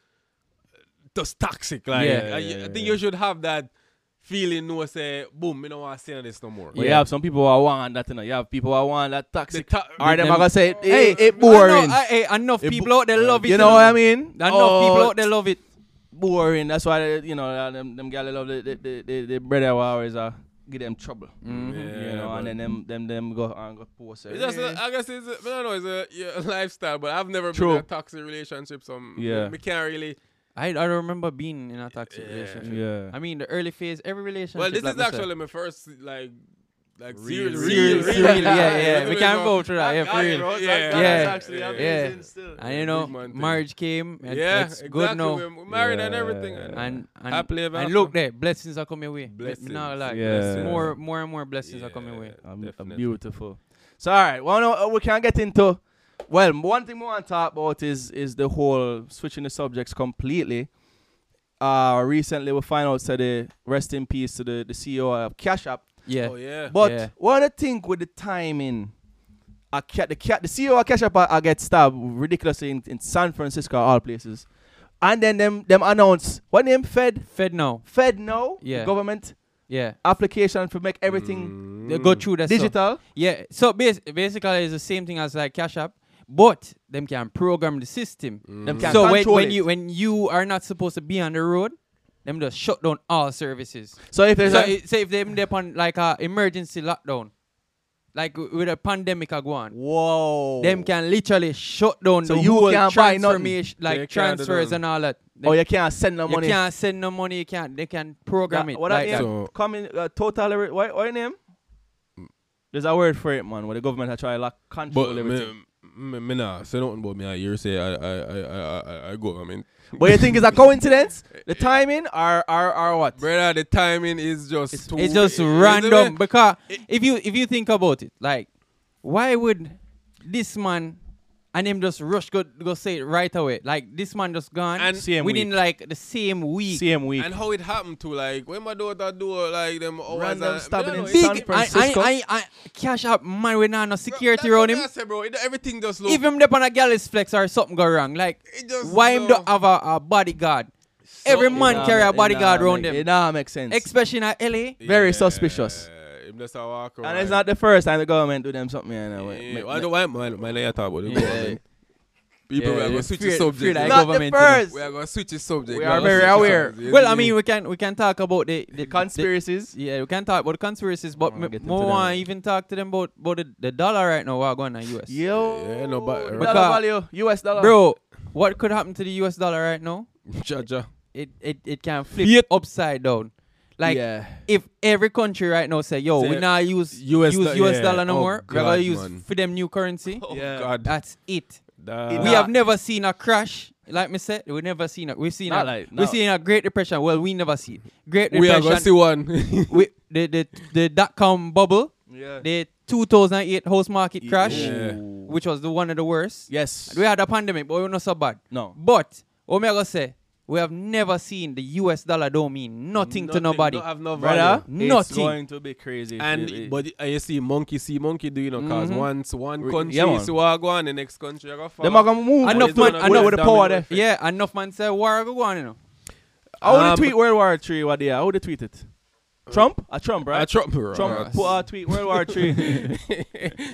[SPEAKER 1] just toxic. Like I,
[SPEAKER 3] Yeah.
[SPEAKER 2] Yeah, yeah,
[SPEAKER 1] I
[SPEAKER 2] yeah,
[SPEAKER 1] think
[SPEAKER 2] yeah.
[SPEAKER 1] you should have that feeling. No, say boom, you don't want to say this no more.
[SPEAKER 2] But you
[SPEAKER 3] Yeah.
[SPEAKER 2] have some people who want that, you know. You have people who want that
[SPEAKER 1] The
[SPEAKER 2] toxic.
[SPEAKER 1] to-
[SPEAKER 2] All right, them
[SPEAKER 3] Them-
[SPEAKER 2] are gonna say, it-
[SPEAKER 3] Hey,
[SPEAKER 2] it, it
[SPEAKER 3] I
[SPEAKER 2] boring.
[SPEAKER 3] know, I- hey, enough
[SPEAKER 1] It
[SPEAKER 3] people
[SPEAKER 1] bo-
[SPEAKER 3] out there love it.
[SPEAKER 2] you know what I mean?
[SPEAKER 3] Enough people
[SPEAKER 2] Oh,
[SPEAKER 3] out there love it.
[SPEAKER 2] boring. That's why they, you know uh, them them gals love the the the, the, the brother who always uh, give them trouble.
[SPEAKER 3] Mm-hmm.
[SPEAKER 1] Yeah,
[SPEAKER 2] you know,
[SPEAKER 1] but-
[SPEAKER 2] and then them them them go and go post.
[SPEAKER 1] It's just,
[SPEAKER 2] "Hey,
[SPEAKER 1] a, I guess it's, a, I don't know, it's a yeah, lifestyle, but I've never
[SPEAKER 2] True.
[SPEAKER 1] been in a toxic relationship, so I'm-
[SPEAKER 2] Yeah.
[SPEAKER 1] me can't really.
[SPEAKER 3] I I don't remember being in a toxic
[SPEAKER 1] Yeah.
[SPEAKER 3] relationship.
[SPEAKER 2] Yeah.
[SPEAKER 3] I mean, the early phase, every relationship.
[SPEAKER 1] Well, this
[SPEAKER 3] like
[SPEAKER 1] is
[SPEAKER 3] me said.
[SPEAKER 1] actually my first like, like
[SPEAKER 2] Real-
[SPEAKER 1] serious,
[SPEAKER 3] Serious-
[SPEAKER 1] real-
[SPEAKER 3] serious,
[SPEAKER 1] real-
[SPEAKER 3] yeah, yeah, we
[SPEAKER 1] real-
[SPEAKER 3] can't
[SPEAKER 1] real-
[SPEAKER 3] go through that. Yeah, for
[SPEAKER 1] God,
[SPEAKER 3] real.
[SPEAKER 1] bro.
[SPEAKER 3] Yeah.
[SPEAKER 1] Yeah.
[SPEAKER 3] amazing And you
[SPEAKER 1] Yeah,
[SPEAKER 3] know,
[SPEAKER 1] big man thing.
[SPEAKER 3] marriage came. And
[SPEAKER 1] yeah,
[SPEAKER 3] it's
[SPEAKER 1] exactly.
[SPEAKER 3] good now.
[SPEAKER 1] We're we're married and
[SPEAKER 2] Yeah.
[SPEAKER 1] everything.
[SPEAKER 3] And and,
[SPEAKER 1] Happily ever
[SPEAKER 3] and
[SPEAKER 1] after.
[SPEAKER 3] look there, blessings are coming way. Blessings.
[SPEAKER 1] Blessings.
[SPEAKER 3] No, like
[SPEAKER 2] Yeah.
[SPEAKER 3] blessings. more more and more blessings are coming way.
[SPEAKER 2] I'm- I'm
[SPEAKER 1] Definitely.
[SPEAKER 2] beautiful. So all right, well, no, uh, we can get into. Well, one thing we want to talk about is is the whole switching the subjects completely. Uh, recently we find out said the rest in peace to the, the CEO of Cash App.
[SPEAKER 3] Yeah.
[SPEAKER 1] Oh yeah.
[SPEAKER 2] But
[SPEAKER 3] Yeah.
[SPEAKER 2] what I think with the timing, I ca- the ca- the CEO of Cash App I, get stabbed ridiculously in, in San Francisco, all places, and then them them announce what name Fed
[SPEAKER 3] Fed now.
[SPEAKER 2] Fed now the
[SPEAKER 3] Yeah. Mm.
[SPEAKER 2] government
[SPEAKER 3] Yeah.
[SPEAKER 2] application for make everything
[SPEAKER 3] They
[SPEAKER 1] Mm.
[SPEAKER 3] go through that. stuff.
[SPEAKER 2] digital.
[SPEAKER 3] Yeah. So bas- basically, it's the same thing as like Cash App, but them can program the system.
[SPEAKER 1] Mm.
[SPEAKER 2] Them can
[SPEAKER 3] so when,
[SPEAKER 2] control
[SPEAKER 3] when
[SPEAKER 2] it.
[SPEAKER 3] you when you are not supposed to be on the road, them just shut down all services.
[SPEAKER 2] so if there's
[SPEAKER 3] So,
[SPEAKER 2] a,
[SPEAKER 3] i- so if them they on like a emergency lockdown, like w- with a pandemic a go on.
[SPEAKER 2] Whoa.
[SPEAKER 3] Them can literally shut down
[SPEAKER 2] So
[SPEAKER 3] the
[SPEAKER 2] you
[SPEAKER 3] whole
[SPEAKER 2] can't buy nothing?
[SPEAKER 3] transformation,
[SPEAKER 1] They
[SPEAKER 3] like
[SPEAKER 1] can't do
[SPEAKER 3] transfers
[SPEAKER 1] them.
[SPEAKER 3] and all that. They,
[SPEAKER 2] Oh, you can't send no
[SPEAKER 3] you
[SPEAKER 2] money.
[SPEAKER 3] can't send no money. You can't. They can program
[SPEAKER 2] That-
[SPEAKER 3] it.
[SPEAKER 2] What
[SPEAKER 3] like
[SPEAKER 2] that
[SPEAKER 3] that.
[SPEAKER 2] name?
[SPEAKER 1] So-
[SPEAKER 2] Coming uh, total. What, what your name? There's a word for it, man. Where the government are trying to like control
[SPEAKER 1] But
[SPEAKER 2] everything.
[SPEAKER 1] me, me, me nah say nothing about me. You say I I I I I, I go. I mean,
[SPEAKER 2] But you think it's a coincidence? The timing or or, or what?
[SPEAKER 1] brother, the timing is just too,
[SPEAKER 3] It's just random because if you if you think about it, like why would this man and him just rush go go say it right away? Like this man just gone
[SPEAKER 1] And-
[SPEAKER 2] Same
[SPEAKER 3] within like the same week.
[SPEAKER 2] Same week.
[SPEAKER 1] And how it happened to like when my daughter do like them hours
[SPEAKER 2] Random
[SPEAKER 1] and-
[SPEAKER 2] stabbing
[SPEAKER 1] Me nah
[SPEAKER 2] in
[SPEAKER 1] know,
[SPEAKER 2] San
[SPEAKER 1] it's-
[SPEAKER 3] Big, I,
[SPEAKER 2] Francisco.
[SPEAKER 3] I, I, I cash up man with no
[SPEAKER 1] Bro,
[SPEAKER 3] security
[SPEAKER 1] that's what
[SPEAKER 3] around him.
[SPEAKER 1] I say, bro. It- everything just look.
[SPEAKER 3] If him dep on a gal's flex or something go wrong, like
[SPEAKER 1] It just
[SPEAKER 3] why him
[SPEAKER 1] no.
[SPEAKER 3] don't have a, a bodyguard? Every
[SPEAKER 1] Something
[SPEAKER 3] man carry a bodyguard
[SPEAKER 2] around
[SPEAKER 3] around
[SPEAKER 2] It
[SPEAKER 3] him,
[SPEAKER 2] nah make sense.
[SPEAKER 3] especially in LA.
[SPEAKER 2] very suspicious.
[SPEAKER 1] Yeah, Him just a walk
[SPEAKER 2] and
[SPEAKER 1] around.
[SPEAKER 2] it's not the first time the government do them something. You know,
[SPEAKER 1] Yeah,
[SPEAKER 2] wait, make-
[SPEAKER 1] I
[SPEAKER 2] make-
[SPEAKER 1] don't why my my lawyer talk about the
[SPEAKER 3] Yeah.
[SPEAKER 1] government. People
[SPEAKER 3] Yeah,
[SPEAKER 1] we are
[SPEAKER 3] yeah.
[SPEAKER 1] gonna switch
[SPEAKER 3] Fear-
[SPEAKER 1] the subject.
[SPEAKER 3] fear
[SPEAKER 1] you know.
[SPEAKER 3] that
[SPEAKER 2] not
[SPEAKER 3] government,
[SPEAKER 2] the
[SPEAKER 3] you know.
[SPEAKER 2] first.
[SPEAKER 1] We are gonna switch the subject.
[SPEAKER 2] We
[SPEAKER 1] you
[SPEAKER 2] are
[SPEAKER 1] know.
[SPEAKER 2] very
[SPEAKER 1] Switch the
[SPEAKER 2] aware.
[SPEAKER 1] subject.
[SPEAKER 3] Well, I mean, we can we can talk about the the
[SPEAKER 2] The
[SPEAKER 3] the-
[SPEAKER 2] conspiracies.
[SPEAKER 3] Yeah, we can talk about conspiracies, but
[SPEAKER 2] wanna
[SPEAKER 3] m-
[SPEAKER 2] get into
[SPEAKER 3] more
[SPEAKER 2] them.
[SPEAKER 3] want even talk to them about, about the, the dollar right now. What going on in US?
[SPEAKER 2] Yo.
[SPEAKER 1] Yeah, no, but-
[SPEAKER 2] dollar
[SPEAKER 3] Because-
[SPEAKER 2] value, US dollar.
[SPEAKER 3] bro, what could happen to the US dollar right now?
[SPEAKER 1] Ja, ja.
[SPEAKER 3] It it, it can flip upside down. Like
[SPEAKER 2] yeah.
[SPEAKER 3] if every country right now say, "Yo, we
[SPEAKER 1] Say
[SPEAKER 3] not use
[SPEAKER 1] US
[SPEAKER 3] US
[SPEAKER 1] do-
[SPEAKER 3] use US
[SPEAKER 1] yeah.
[SPEAKER 3] dollar no
[SPEAKER 1] Oh,
[SPEAKER 3] more. We're
[SPEAKER 1] God,
[SPEAKER 3] gonna use
[SPEAKER 1] man.
[SPEAKER 3] for them new currency."
[SPEAKER 1] Oh
[SPEAKER 2] Yeah.
[SPEAKER 1] God.
[SPEAKER 3] That's it.
[SPEAKER 1] Da-
[SPEAKER 3] we
[SPEAKER 2] nah.
[SPEAKER 3] have never seen a crash. Like me said, we never seen it. We've seen
[SPEAKER 2] Not
[SPEAKER 3] a,
[SPEAKER 2] like-
[SPEAKER 3] we've
[SPEAKER 2] no.
[SPEAKER 3] seen a great depression. Well, we never see it. Great
[SPEAKER 1] we are
[SPEAKER 3] depression.
[SPEAKER 1] gonna see one.
[SPEAKER 3] we, the the the dot com bubble.
[SPEAKER 2] Yeah.
[SPEAKER 3] the 2008 house market
[SPEAKER 2] Ye-
[SPEAKER 3] crash,
[SPEAKER 1] Yeah.
[SPEAKER 3] which was the one of the worst.
[SPEAKER 2] Yes.
[SPEAKER 3] We had a pandemic, but we were not so bad.
[SPEAKER 2] No.
[SPEAKER 3] But what me I gonna say, we have never seen the US dollar don't mean nothing, to nobody.
[SPEAKER 1] Don't have no
[SPEAKER 2] Brother,
[SPEAKER 1] value.
[SPEAKER 2] it's
[SPEAKER 3] Nothing.
[SPEAKER 2] going to be crazy.
[SPEAKER 1] And
[SPEAKER 2] It- it-
[SPEAKER 1] but uh, you see monkey see monkey do you know because
[SPEAKER 3] Mm-hmm.
[SPEAKER 1] once one
[SPEAKER 2] Re-
[SPEAKER 1] country
[SPEAKER 2] yeah,
[SPEAKER 1] yeah,
[SPEAKER 2] man.
[SPEAKER 1] is what go on the next country are gonna fall.
[SPEAKER 2] them are gonna move.
[SPEAKER 3] Enough
[SPEAKER 2] with the-
[SPEAKER 3] man- enough
[SPEAKER 2] with the power there.
[SPEAKER 3] yeah, enough man say war go on, you know.
[SPEAKER 2] How would
[SPEAKER 1] Um,
[SPEAKER 2] they tweet World War Three? What they? How would they tweet it? Trump? A Trump, right?
[SPEAKER 1] Uh, Trump, bro.
[SPEAKER 2] Trump put out a tweet World War Three.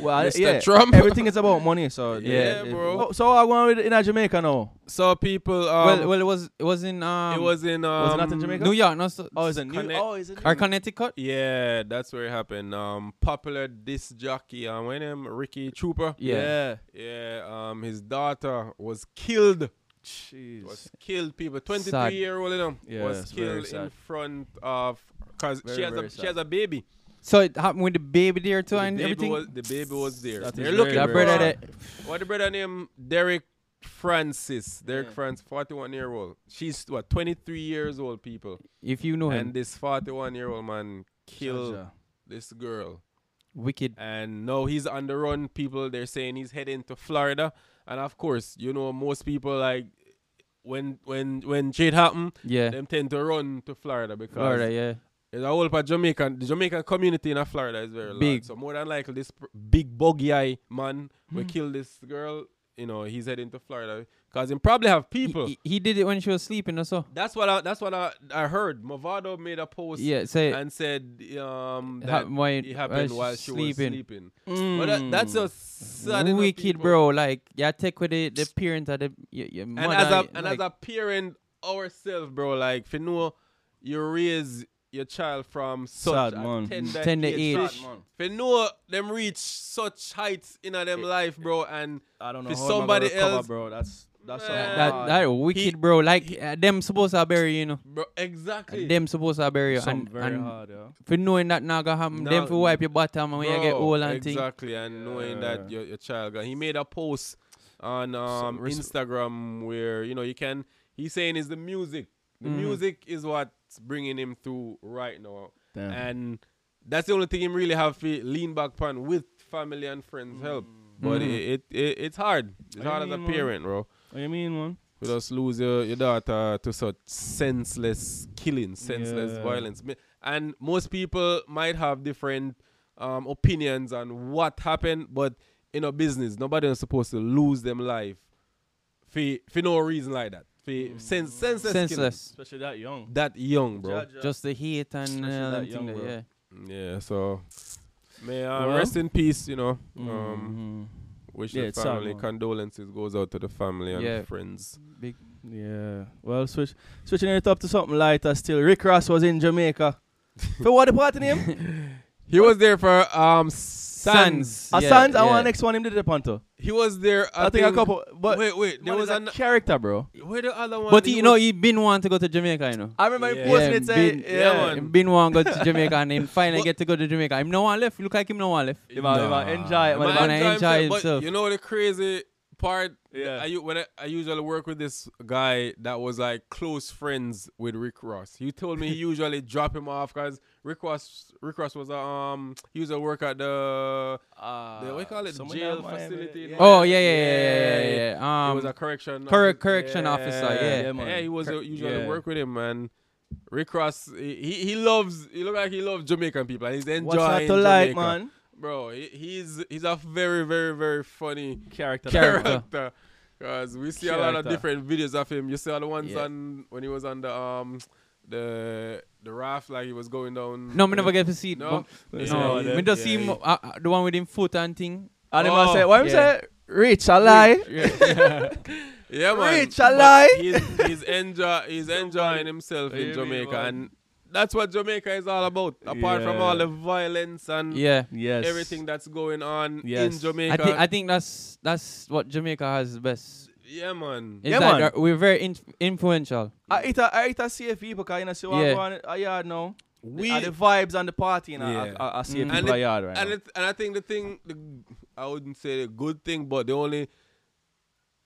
[SPEAKER 2] well,
[SPEAKER 1] Mr.
[SPEAKER 2] yeah,
[SPEAKER 1] Trump.
[SPEAKER 2] Everything is about money, so
[SPEAKER 1] Yeah, bro.
[SPEAKER 2] Oh, so I went with in a Jamaica now.
[SPEAKER 1] So people, um,
[SPEAKER 3] well, well, it was it was in um,
[SPEAKER 1] it was in um,
[SPEAKER 2] it not in Jamaica?
[SPEAKER 3] New York, no, so,
[SPEAKER 2] Oh, is it New?
[SPEAKER 1] Connect-
[SPEAKER 2] Oh, is it?
[SPEAKER 3] or Connecticut.
[SPEAKER 1] Yeah, that's where it happened. Um, popular disc jockey, um, when him Ricky Trooper.
[SPEAKER 3] Yeah.
[SPEAKER 1] Yeah, um, his daughter was killed.
[SPEAKER 2] Jeez.
[SPEAKER 1] Was killed. People, twenty-three
[SPEAKER 3] Sad.
[SPEAKER 1] year old, you know,
[SPEAKER 2] Yeah,
[SPEAKER 1] was
[SPEAKER 2] it's very
[SPEAKER 1] killed in
[SPEAKER 2] sad.
[SPEAKER 1] front of because she
[SPEAKER 2] Very,
[SPEAKER 1] has
[SPEAKER 2] very
[SPEAKER 1] a she
[SPEAKER 2] sad.
[SPEAKER 1] has a baby.
[SPEAKER 3] So it happened with the baby there too
[SPEAKER 1] The
[SPEAKER 3] and
[SPEAKER 1] baby
[SPEAKER 3] everything.
[SPEAKER 1] was the baby was there.
[SPEAKER 2] That is
[SPEAKER 1] They're
[SPEAKER 2] very,
[SPEAKER 1] looking
[SPEAKER 3] that
[SPEAKER 1] for
[SPEAKER 2] very
[SPEAKER 3] brother,
[SPEAKER 2] sad.
[SPEAKER 3] that,
[SPEAKER 1] What the brother named Derek Francis? Derek
[SPEAKER 2] Yeah.
[SPEAKER 1] Francis, 41 year old. She's what 23 years old, people.
[SPEAKER 3] if you know
[SPEAKER 1] And
[SPEAKER 3] him,
[SPEAKER 1] this 41 year old man killed
[SPEAKER 2] Jaja.
[SPEAKER 1] this girl.
[SPEAKER 3] wicked.
[SPEAKER 1] And now he's on the run. People they're saying he's heading to Florida. And of course, you know most people like when when when shit happen,
[SPEAKER 3] Yeah,
[SPEAKER 1] them tend to run to Florida because
[SPEAKER 3] Florida. Yeah,
[SPEAKER 1] there's a whole part Jamaican. The Jamaican community in uh, Florida is very large.
[SPEAKER 3] Big.
[SPEAKER 1] So more than likely, this pr- big boggy eye man
[SPEAKER 3] Hmm.
[SPEAKER 1] will kill this girl. You know, he's heading to Florida because he probably have
[SPEAKER 3] He-
[SPEAKER 1] people.
[SPEAKER 3] He, he did it when she was sleeping or so.
[SPEAKER 1] that's what I. That's what I. I heard. Movado made a post.
[SPEAKER 3] Yeah, say
[SPEAKER 1] And said um,
[SPEAKER 3] It
[SPEAKER 1] that
[SPEAKER 3] happened while-
[SPEAKER 1] it happened
[SPEAKER 3] while
[SPEAKER 1] while
[SPEAKER 3] she's
[SPEAKER 1] she was
[SPEAKER 3] sleeping. Hmm.
[SPEAKER 1] sleeping.
[SPEAKER 2] Mm.
[SPEAKER 1] But that, that's a sad enough
[SPEAKER 3] wicked,
[SPEAKER 1] people.
[SPEAKER 3] bro. Like, yeah, take with the, the parent of the your, your
[SPEAKER 1] And
[SPEAKER 3] mother.
[SPEAKER 1] as a and
[SPEAKER 3] like,
[SPEAKER 1] as a parent ourselves, bro, like if you know you raise your child from such
[SPEAKER 2] Sad
[SPEAKER 1] a
[SPEAKER 2] man.
[SPEAKER 1] tender,
[SPEAKER 3] Tender
[SPEAKER 1] age,
[SPEAKER 3] age.
[SPEAKER 1] Sad man. If you know them reach such heights in a them life, bro, and
[SPEAKER 2] I don't know.
[SPEAKER 1] For
[SPEAKER 2] how am I gonna
[SPEAKER 1] somebody
[SPEAKER 2] recover,
[SPEAKER 1] else-
[SPEAKER 2] bro. That's that's
[SPEAKER 1] Man.
[SPEAKER 2] a
[SPEAKER 3] that,
[SPEAKER 2] hard-
[SPEAKER 3] that wicked, bro. Like, uh, them supposed to bury you, you know.
[SPEAKER 1] bro, exactly.
[SPEAKER 3] Them supposed to bury you.
[SPEAKER 2] something
[SPEAKER 3] And,
[SPEAKER 2] very
[SPEAKER 3] and
[SPEAKER 2] hard. Yeah.
[SPEAKER 3] for knowing that not gonna happen,
[SPEAKER 1] Nah,
[SPEAKER 3] them for wipe your bottom when you get
[SPEAKER 1] Bro,
[SPEAKER 3] old and thing.
[SPEAKER 1] exactly, and knowing that your, your child got, he made a post on um,
[SPEAKER 2] res-
[SPEAKER 1] Instagram where you know you can. He's saying is the music. The
[SPEAKER 3] Mhm.
[SPEAKER 1] music is what's bringing him through right now,
[SPEAKER 2] Damn.
[SPEAKER 1] and that's the only thing him really have to lean back upon with family and friends help.
[SPEAKER 2] Mm.
[SPEAKER 1] But
[SPEAKER 3] Mhm.
[SPEAKER 1] it, it, it it's hard. It's
[SPEAKER 2] I
[SPEAKER 1] hard as a
[SPEAKER 2] mean, man.
[SPEAKER 1] parent, bro.
[SPEAKER 2] What do you mean, man?
[SPEAKER 1] You just lose your, your daughter to such senseless killing, senseless
[SPEAKER 2] Yeah.
[SPEAKER 1] violence. Me- And most people might have different um, opinions on what happened, but in a business, nobody is supposed to lose them life for, for no reason like that. For
[SPEAKER 2] Mm.
[SPEAKER 1] sen- senseless, killing.
[SPEAKER 3] Senseless.
[SPEAKER 2] Especially that young.
[SPEAKER 1] That young, bro.
[SPEAKER 3] Just the hate and uh,
[SPEAKER 2] Especially that
[SPEAKER 3] them thing
[SPEAKER 2] young
[SPEAKER 3] there,
[SPEAKER 2] bro.
[SPEAKER 3] yeah.
[SPEAKER 1] Yeah, so may uh,
[SPEAKER 2] Well.
[SPEAKER 1] rest in peace, you know.
[SPEAKER 2] Mm-hmm.
[SPEAKER 1] Um, Wish
[SPEAKER 2] Yeah,
[SPEAKER 1] the
[SPEAKER 2] it's sad,
[SPEAKER 1] family
[SPEAKER 2] man.
[SPEAKER 1] condolences goes out to the family and
[SPEAKER 3] Yeah.
[SPEAKER 1] friends.
[SPEAKER 3] Big.
[SPEAKER 2] Yeah. Well, switch switching it up to something lighter still. Rick Ross was in Jamaica. For what the party name?
[SPEAKER 1] He was there for um Sans.
[SPEAKER 3] Sans.
[SPEAKER 2] A
[SPEAKER 3] Yeah,
[SPEAKER 2] Sans, I want
[SPEAKER 3] yeah.
[SPEAKER 2] next one him did it upon to.
[SPEAKER 1] He was there. I,
[SPEAKER 2] I, think a couple. But
[SPEAKER 1] wait, wait. There
[SPEAKER 2] man
[SPEAKER 1] was
[SPEAKER 2] is a
[SPEAKER 1] an,
[SPEAKER 2] character, bro.
[SPEAKER 1] where the other one.
[SPEAKER 3] But he, you know,
[SPEAKER 1] was-
[SPEAKER 3] he been want to go to Jamaica, you know.
[SPEAKER 2] I remember
[SPEAKER 1] Yeah.
[SPEAKER 2] him posting
[SPEAKER 3] him
[SPEAKER 2] it saying,
[SPEAKER 3] been,
[SPEAKER 2] yeah,
[SPEAKER 1] yeah,
[SPEAKER 2] man.
[SPEAKER 1] man.
[SPEAKER 3] him been want to go to Jamaica and him finally
[SPEAKER 1] But-
[SPEAKER 3] get to go to Jamaica. Him no one left. Look like him no one left.
[SPEAKER 2] Him a- him a enjoy it,
[SPEAKER 1] The
[SPEAKER 2] man.
[SPEAKER 1] man
[SPEAKER 3] gonna
[SPEAKER 1] enjoy
[SPEAKER 3] enjoy
[SPEAKER 1] but
[SPEAKER 3] himself.
[SPEAKER 1] You know the crazy part.
[SPEAKER 2] Yeah.
[SPEAKER 1] I u- when I, I usually work with this guy that was like close friends with Rick Ross. He told me he usually drop him off because Rick Ross Rick Ross was um he used to work at the
[SPEAKER 2] Uh,
[SPEAKER 1] the what you call it
[SPEAKER 2] someone
[SPEAKER 1] jail
[SPEAKER 2] down Miami,
[SPEAKER 1] facility. in
[SPEAKER 2] yeah.
[SPEAKER 3] Oh yeah, yeah, yeah, yeah, yeah. yeah.
[SPEAKER 1] he
[SPEAKER 3] Um,
[SPEAKER 1] was a correction
[SPEAKER 3] corre-
[SPEAKER 1] officer.
[SPEAKER 3] correction officer.
[SPEAKER 2] Yeah,
[SPEAKER 3] Yeah.
[SPEAKER 2] yeah, man.
[SPEAKER 1] Yeah, he was
[SPEAKER 2] Cor-
[SPEAKER 1] uh, usually
[SPEAKER 2] yeah.
[SPEAKER 1] work with him, man. Rick Ross, he, he he loves. He look like he loves Jamaican people, and he's enjoying
[SPEAKER 2] What's not to
[SPEAKER 1] Jamaica,
[SPEAKER 2] like, man?
[SPEAKER 1] bro. He, he's he's a very very very funny
[SPEAKER 2] Character.
[SPEAKER 1] character. Cause we see a lot of
[SPEAKER 2] Character.
[SPEAKER 1] different videos of him. You saw the ones
[SPEAKER 2] Yeah.
[SPEAKER 1] on when he was on the um the the raft, like he was going down.
[SPEAKER 3] no, me never get to see it.
[SPEAKER 1] No,
[SPEAKER 3] but-
[SPEAKER 1] Yeah,
[SPEAKER 3] no.
[SPEAKER 1] yeah,
[SPEAKER 3] me just
[SPEAKER 1] yeah,
[SPEAKER 3] see him,
[SPEAKER 1] yeah.
[SPEAKER 3] uh, uh, the one with him foot and thing.
[SPEAKER 2] And him a
[SPEAKER 1] Oh,
[SPEAKER 2] say, what him
[SPEAKER 3] yeah.
[SPEAKER 2] say? Rich, a lie.
[SPEAKER 1] Yeah, man.
[SPEAKER 2] Rich, a
[SPEAKER 1] But
[SPEAKER 2] lie.
[SPEAKER 1] He's he's, enjoy, he's enjoying himself in
[SPEAKER 2] Yeah,
[SPEAKER 1] Jamaica,
[SPEAKER 2] man.
[SPEAKER 1] and that's what Jamaica is all about. Apart from
[SPEAKER 2] Yeah.
[SPEAKER 1] all the violence and
[SPEAKER 3] Yeah.
[SPEAKER 2] Yes.
[SPEAKER 1] everything that's going on in
[SPEAKER 2] Yes.
[SPEAKER 1] Um, Jamaica.
[SPEAKER 3] I think I think that's that's what Jamaica has best.
[SPEAKER 1] yeah, man.
[SPEAKER 3] It's
[SPEAKER 2] Yeah,
[SPEAKER 3] like
[SPEAKER 2] man.
[SPEAKER 3] that we're very inf- influential.
[SPEAKER 2] I eat a, I eat a CFE because you know see what
[SPEAKER 3] Yeah.
[SPEAKER 2] yeah. going on. Yeah, no.
[SPEAKER 1] We
[SPEAKER 2] and the vibes and the party, and
[SPEAKER 1] Yeah.
[SPEAKER 2] I, I, I see
[SPEAKER 3] Mm.
[SPEAKER 2] people
[SPEAKER 1] And it-
[SPEAKER 2] a yard right
[SPEAKER 1] and
[SPEAKER 2] now.
[SPEAKER 1] it, and I think the thing, the, I wouldn't say the good thing, but the only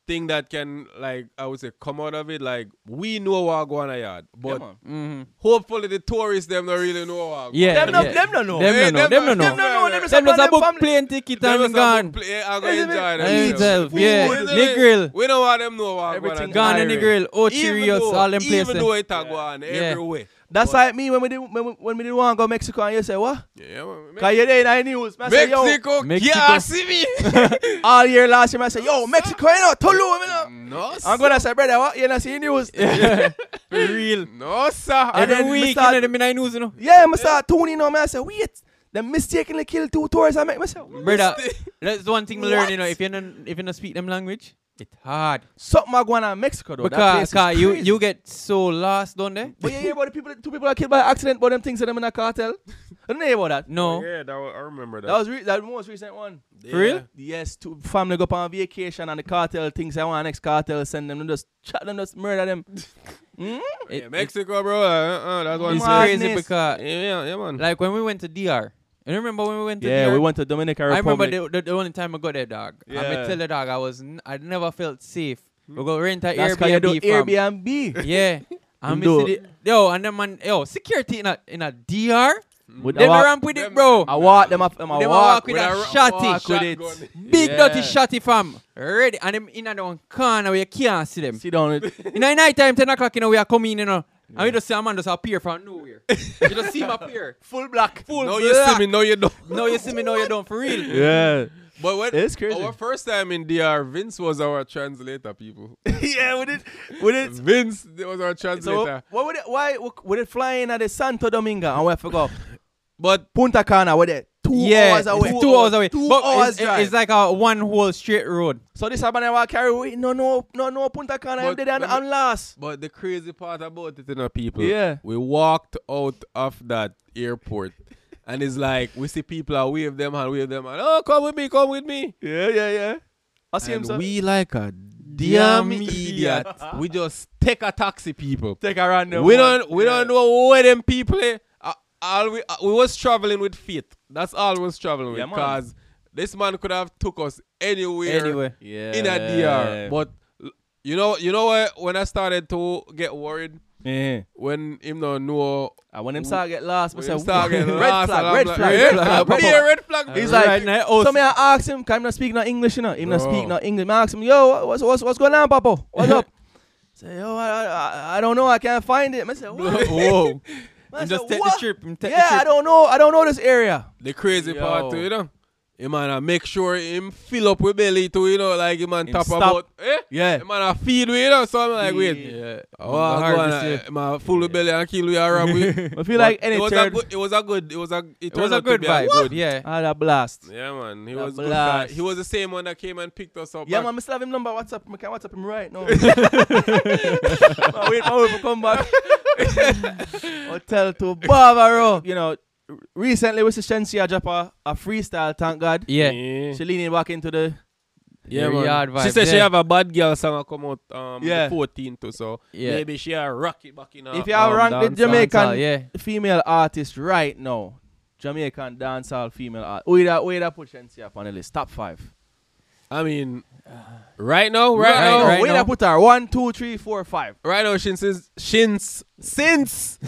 [SPEAKER 1] thing that can like I would say come out of it, like we know what go on a yard,
[SPEAKER 2] Yeah,
[SPEAKER 1] but
[SPEAKER 2] man.
[SPEAKER 3] Mm-hmm.
[SPEAKER 1] hopefully the tourists them don't really know what. go
[SPEAKER 3] Yeah.
[SPEAKER 1] on.
[SPEAKER 2] them no,
[SPEAKER 3] yeah.
[SPEAKER 2] them no know.
[SPEAKER 3] Them
[SPEAKER 1] Hey,
[SPEAKER 3] no know.
[SPEAKER 1] them
[SPEAKER 3] Them no
[SPEAKER 1] no-
[SPEAKER 2] them
[SPEAKER 3] know.
[SPEAKER 2] no know. Them
[SPEAKER 1] Them
[SPEAKER 2] just
[SPEAKER 3] Them just
[SPEAKER 2] plan them
[SPEAKER 3] a book
[SPEAKER 2] family.
[SPEAKER 3] plane ticket
[SPEAKER 1] Them
[SPEAKER 3] and
[SPEAKER 1] just have
[SPEAKER 3] gone.
[SPEAKER 1] to play, I go
[SPEAKER 2] Isn't it?
[SPEAKER 1] enjoy
[SPEAKER 3] Hey,
[SPEAKER 1] themselves.
[SPEAKER 3] self, yeah.
[SPEAKER 1] Isn't
[SPEAKER 3] The
[SPEAKER 1] it?
[SPEAKER 3] grill.
[SPEAKER 1] We know what them know what go on.
[SPEAKER 2] Everything
[SPEAKER 1] at
[SPEAKER 3] Gone in the
[SPEAKER 2] Irish.
[SPEAKER 3] grill. Oh,
[SPEAKER 1] Even
[SPEAKER 3] Cheerios,
[SPEAKER 1] though,
[SPEAKER 3] all them
[SPEAKER 1] even though
[SPEAKER 3] places.
[SPEAKER 1] it a go on everywhere.
[SPEAKER 2] That's like me when we did when we, when we did want to go Mexico and you say what?
[SPEAKER 1] Yeah, man.
[SPEAKER 2] Cause you there in the news. Man, I say, yo,
[SPEAKER 1] Mexico,
[SPEAKER 3] Mexico.
[SPEAKER 1] yeah, see me.
[SPEAKER 2] all year last year, man, I say yo, Mexico, you know, Tulum, you
[SPEAKER 3] Mm.
[SPEAKER 2] know.
[SPEAKER 1] no,
[SPEAKER 2] I'm gonna say, brother, what? You know, see the news.
[SPEAKER 1] real. No, sir.
[SPEAKER 2] And
[SPEAKER 3] Every
[SPEAKER 2] then we
[SPEAKER 3] week, you
[SPEAKER 2] start-
[SPEAKER 3] know, the midnight news, you know.
[SPEAKER 2] yeah, I start tuning on, man. I say, wait, they mistakenly killed two tourists. I make myself
[SPEAKER 3] Brother, that's the one thing we learn, you know,
[SPEAKER 2] What?
[SPEAKER 3] if you don't if you don't speak them language, it's hard.
[SPEAKER 2] something are going on in Mexico though. That place
[SPEAKER 3] Because
[SPEAKER 2] is
[SPEAKER 3] cause you,
[SPEAKER 2] crazy.
[SPEAKER 3] you get so lost down there.
[SPEAKER 2] But you hear about the people, two people are killed by accident, but them things that them in a cartel. I don't hear about that.
[SPEAKER 3] No.
[SPEAKER 1] Yeah, that was, I remember that.
[SPEAKER 2] That was re- that most recent one.
[SPEAKER 1] yeah.
[SPEAKER 3] real?
[SPEAKER 2] Yes, two family go up on vacation and the cartel thinks I want next cartel send them, them just chat them, just murder them. mm?
[SPEAKER 3] It-
[SPEAKER 1] Yeah, Mexico, bro. Uh, uh, that's one.
[SPEAKER 3] It's
[SPEAKER 1] Yeah,
[SPEAKER 2] Madness.
[SPEAKER 3] crazy because
[SPEAKER 1] yeah, man.
[SPEAKER 3] Like when we went to DR. You remember when we went to
[SPEAKER 2] Yeah,
[SPEAKER 3] DR?
[SPEAKER 2] we went to Dominican
[SPEAKER 3] I
[SPEAKER 2] Republic.
[SPEAKER 3] remember the, the, the only time I got there, dog. I
[SPEAKER 2] Yeah. Mm.
[SPEAKER 3] met tell the dog I was n- I never felt safe. We go rent a
[SPEAKER 2] That's
[SPEAKER 3] Airbnb,
[SPEAKER 2] you do
[SPEAKER 3] from.
[SPEAKER 2] Airbnb.
[SPEAKER 3] Yeah. I
[SPEAKER 2] Him
[SPEAKER 3] miss
[SPEAKER 2] do-
[SPEAKER 3] it. Yo, and them man, yo, security in a in a DR.
[SPEAKER 2] With
[SPEAKER 3] They
[SPEAKER 2] I, walk,
[SPEAKER 3] ramp with it,
[SPEAKER 1] them-
[SPEAKER 3] bro.
[SPEAKER 2] I walk them up, them I
[SPEAKER 3] Them a walk
[SPEAKER 2] walk.
[SPEAKER 3] with
[SPEAKER 2] with
[SPEAKER 3] a
[SPEAKER 2] a
[SPEAKER 3] shotty.
[SPEAKER 1] Oh,
[SPEAKER 2] walk with it.
[SPEAKER 1] Shotgun.
[SPEAKER 3] Big
[SPEAKER 2] Yeah.
[SPEAKER 3] dirty shotty fam. Ready. And them in a one corner where you can't see them.
[SPEAKER 2] Sit down. with-
[SPEAKER 3] In the night time, 10 o'clock, you know, we are coming, you know. And we just see a man just appear from nowhere. you just see him appear.
[SPEAKER 2] Full black. Full
[SPEAKER 1] No, you see me. No, you don't.
[SPEAKER 3] No, you see me, no, you don't, for real.
[SPEAKER 2] Yeah.
[SPEAKER 1] But when
[SPEAKER 2] It's crazy.
[SPEAKER 1] our first time in DR, Vince was our translator, people.
[SPEAKER 2] yeah, with it. With it.
[SPEAKER 1] Vince was our
[SPEAKER 2] So,
[SPEAKER 1] translator.
[SPEAKER 2] what would it, why would it fly in at the Santo Domingo and where forgot?
[SPEAKER 1] but
[SPEAKER 2] Punta Cana, where they two
[SPEAKER 3] yeah,
[SPEAKER 2] hours away.
[SPEAKER 3] It's two hours away.
[SPEAKER 2] Two
[SPEAKER 3] But it's-
[SPEAKER 2] hours
[SPEAKER 3] it's,
[SPEAKER 2] drive.
[SPEAKER 3] it's like a one whole straight road.
[SPEAKER 2] so this happened. I want carry. away. No, no, no, no. Punta Cana. I'm
[SPEAKER 1] But
[SPEAKER 2] dead and,
[SPEAKER 1] let me-
[SPEAKER 2] and last.
[SPEAKER 1] but the crazy part about it, you know, people.
[SPEAKER 2] Yeah.
[SPEAKER 1] We walked out of that airport, and it's like we see people. I wave them and wave them and oh, come with me, come with me.
[SPEAKER 2] Yeah, yeah, yeah. I see him.
[SPEAKER 1] And
[SPEAKER 2] So
[SPEAKER 1] we like a damn
[SPEAKER 3] idiot.
[SPEAKER 1] idiot. we just take a taxi, people.
[SPEAKER 2] take a random.
[SPEAKER 1] we
[SPEAKER 2] one.
[SPEAKER 1] don't we don't know where them people eh, uh, all we uh, we was traveling with faith. That's all we was traveling with.
[SPEAKER 2] Yeah, man.
[SPEAKER 1] Cause this man could have took us anywhere
[SPEAKER 3] Anywhere.
[SPEAKER 2] Yeah.
[SPEAKER 1] in a DR. But l- you know you know what when I started to get worried
[SPEAKER 2] yeah.
[SPEAKER 1] when him don't know
[SPEAKER 2] And when him start get lost,
[SPEAKER 1] when
[SPEAKER 2] we say
[SPEAKER 1] him
[SPEAKER 2] red
[SPEAKER 1] start getting lost, and I'm
[SPEAKER 2] flag, red
[SPEAKER 1] like,
[SPEAKER 2] flag,
[SPEAKER 1] red
[SPEAKER 2] red flag.
[SPEAKER 1] flag,
[SPEAKER 2] pop
[SPEAKER 1] be
[SPEAKER 2] up.
[SPEAKER 1] a red flag.
[SPEAKER 2] He's
[SPEAKER 1] Right.
[SPEAKER 2] like,
[SPEAKER 3] now,
[SPEAKER 2] so me I ask him, can I not speak no English, you know? Him not speak
[SPEAKER 1] Bro.
[SPEAKER 2] no English. Me ask him, yo, what's what's what's going on, Papa? What's up? Say, yo, I, I I don't know, I can't find it. Me say, what?
[SPEAKER 3] Whoa.
[SPEAKER 2] Man,
[SPEAKER 3] And
[SPEAKER 2] say,
[SPEAKER 3] just take
[SPEAKER 2] what?
[SPEAKER 3] the trip. and Take
[SPEAKER 2] Yeah,
[SPEAKER 3] the
[SPEAKER 2] I
[SPEAKER 3] trip.
[SPEAKER 2] don't know, I don't know this area.
[SPEAKER 1] the crazy
[SPEAKER 2] Yo.
[SPEAKER 1] part to you know. Him man, I make sure him fill up with belly too, you know, like him man
[SPEAKER 2] Him
[SPEAKER 1] top
[SPEAKER 2] stop.
[SPEAKER 1] about, eh?
[SPEAKER 2] Yeah.
[SPEAKER 1] Him man, I feed with you know, so I'm like, wait,
[SPEAKER 3] Yeah.
[SPEAKER 1] Oh, I
[SPEAKER 3] Hard
[SPEAKER 1] go
[SPEAKER 3] to
[SPEAKER 1] on,
[SPEAKER 3] say.
[SPEAKER 1] uh, my full belly and kill we are
[SPEAKER 2] I feel like any
[SPEAKER 1] it was a
[SPEAKER 2] third,
[SPEAKER 1] good. It was a good. It was a. It,
[SPEAKER 3] It was a good vibe. Yeah.
[SPEAKER 2] I had a blast.
[SPEAKER 1] Yeah, man. He
[SPEAKER 2] The
[SPEAKER 1] was good. guy.
[SPEAKER 2] blast.
[SPEAKER 1] He was the same one that came and picked us up.
[SPEAKER 2] Yeah,
[SPEAKER 1] back.
[SPEAKER 2] man, I still have him number. WhatsApp, I can WhatsApp him right now. man, wait, my wife will come back. Hotel to Barbaro. You know, recently we see Shensia drop a, a freestyle, thank God.
[SPEAKER 3] Yeah.
[SPEAKER 2] She leaning back into the
[SPEAKER 1] Yeah,
[SPEAKER 3] Very
[SPEAKER 1] man.
[SPEAKER 3] hard
[SPEAKER 1] she
[SPEAKER 3] vibe
[SPEAKER 1] said she
[SPEAKER 3] there.
[SPEAKER 1] have a bad girl song that come out um
[SPEAKER 2] Yeah.
[SPEAKER 1] the 14th or so.
[SPEAKER 3] Yeah.
[SPEAKER 1] Maybe she a rock it back in a,
[SPEAKER 2] If you have
[SPEAKER 1] um,
[SPEAKER 2] ranked the
[SPEAKER 1] dancehall.
[SPEAKER 2] Jamaican
[SPEAKER 3] Dancehall, Uh, yeah.
[SPEAKER 2] female artist right now, Jamaican dancehall female artist. Where that where that put Shensia up on the list? Top five.
[SPEAKER 1] I mean right now, right,
[SPEAKER 3] Right
[SPEAKER 1] now,
[SPEAKER 3] right
[SPEAKER 2] where
[SPEAKER 3] now.
[SPEAKER 2] that put her? One, two, three, four, five.
[SPEAKER 1] right oh, now since is since since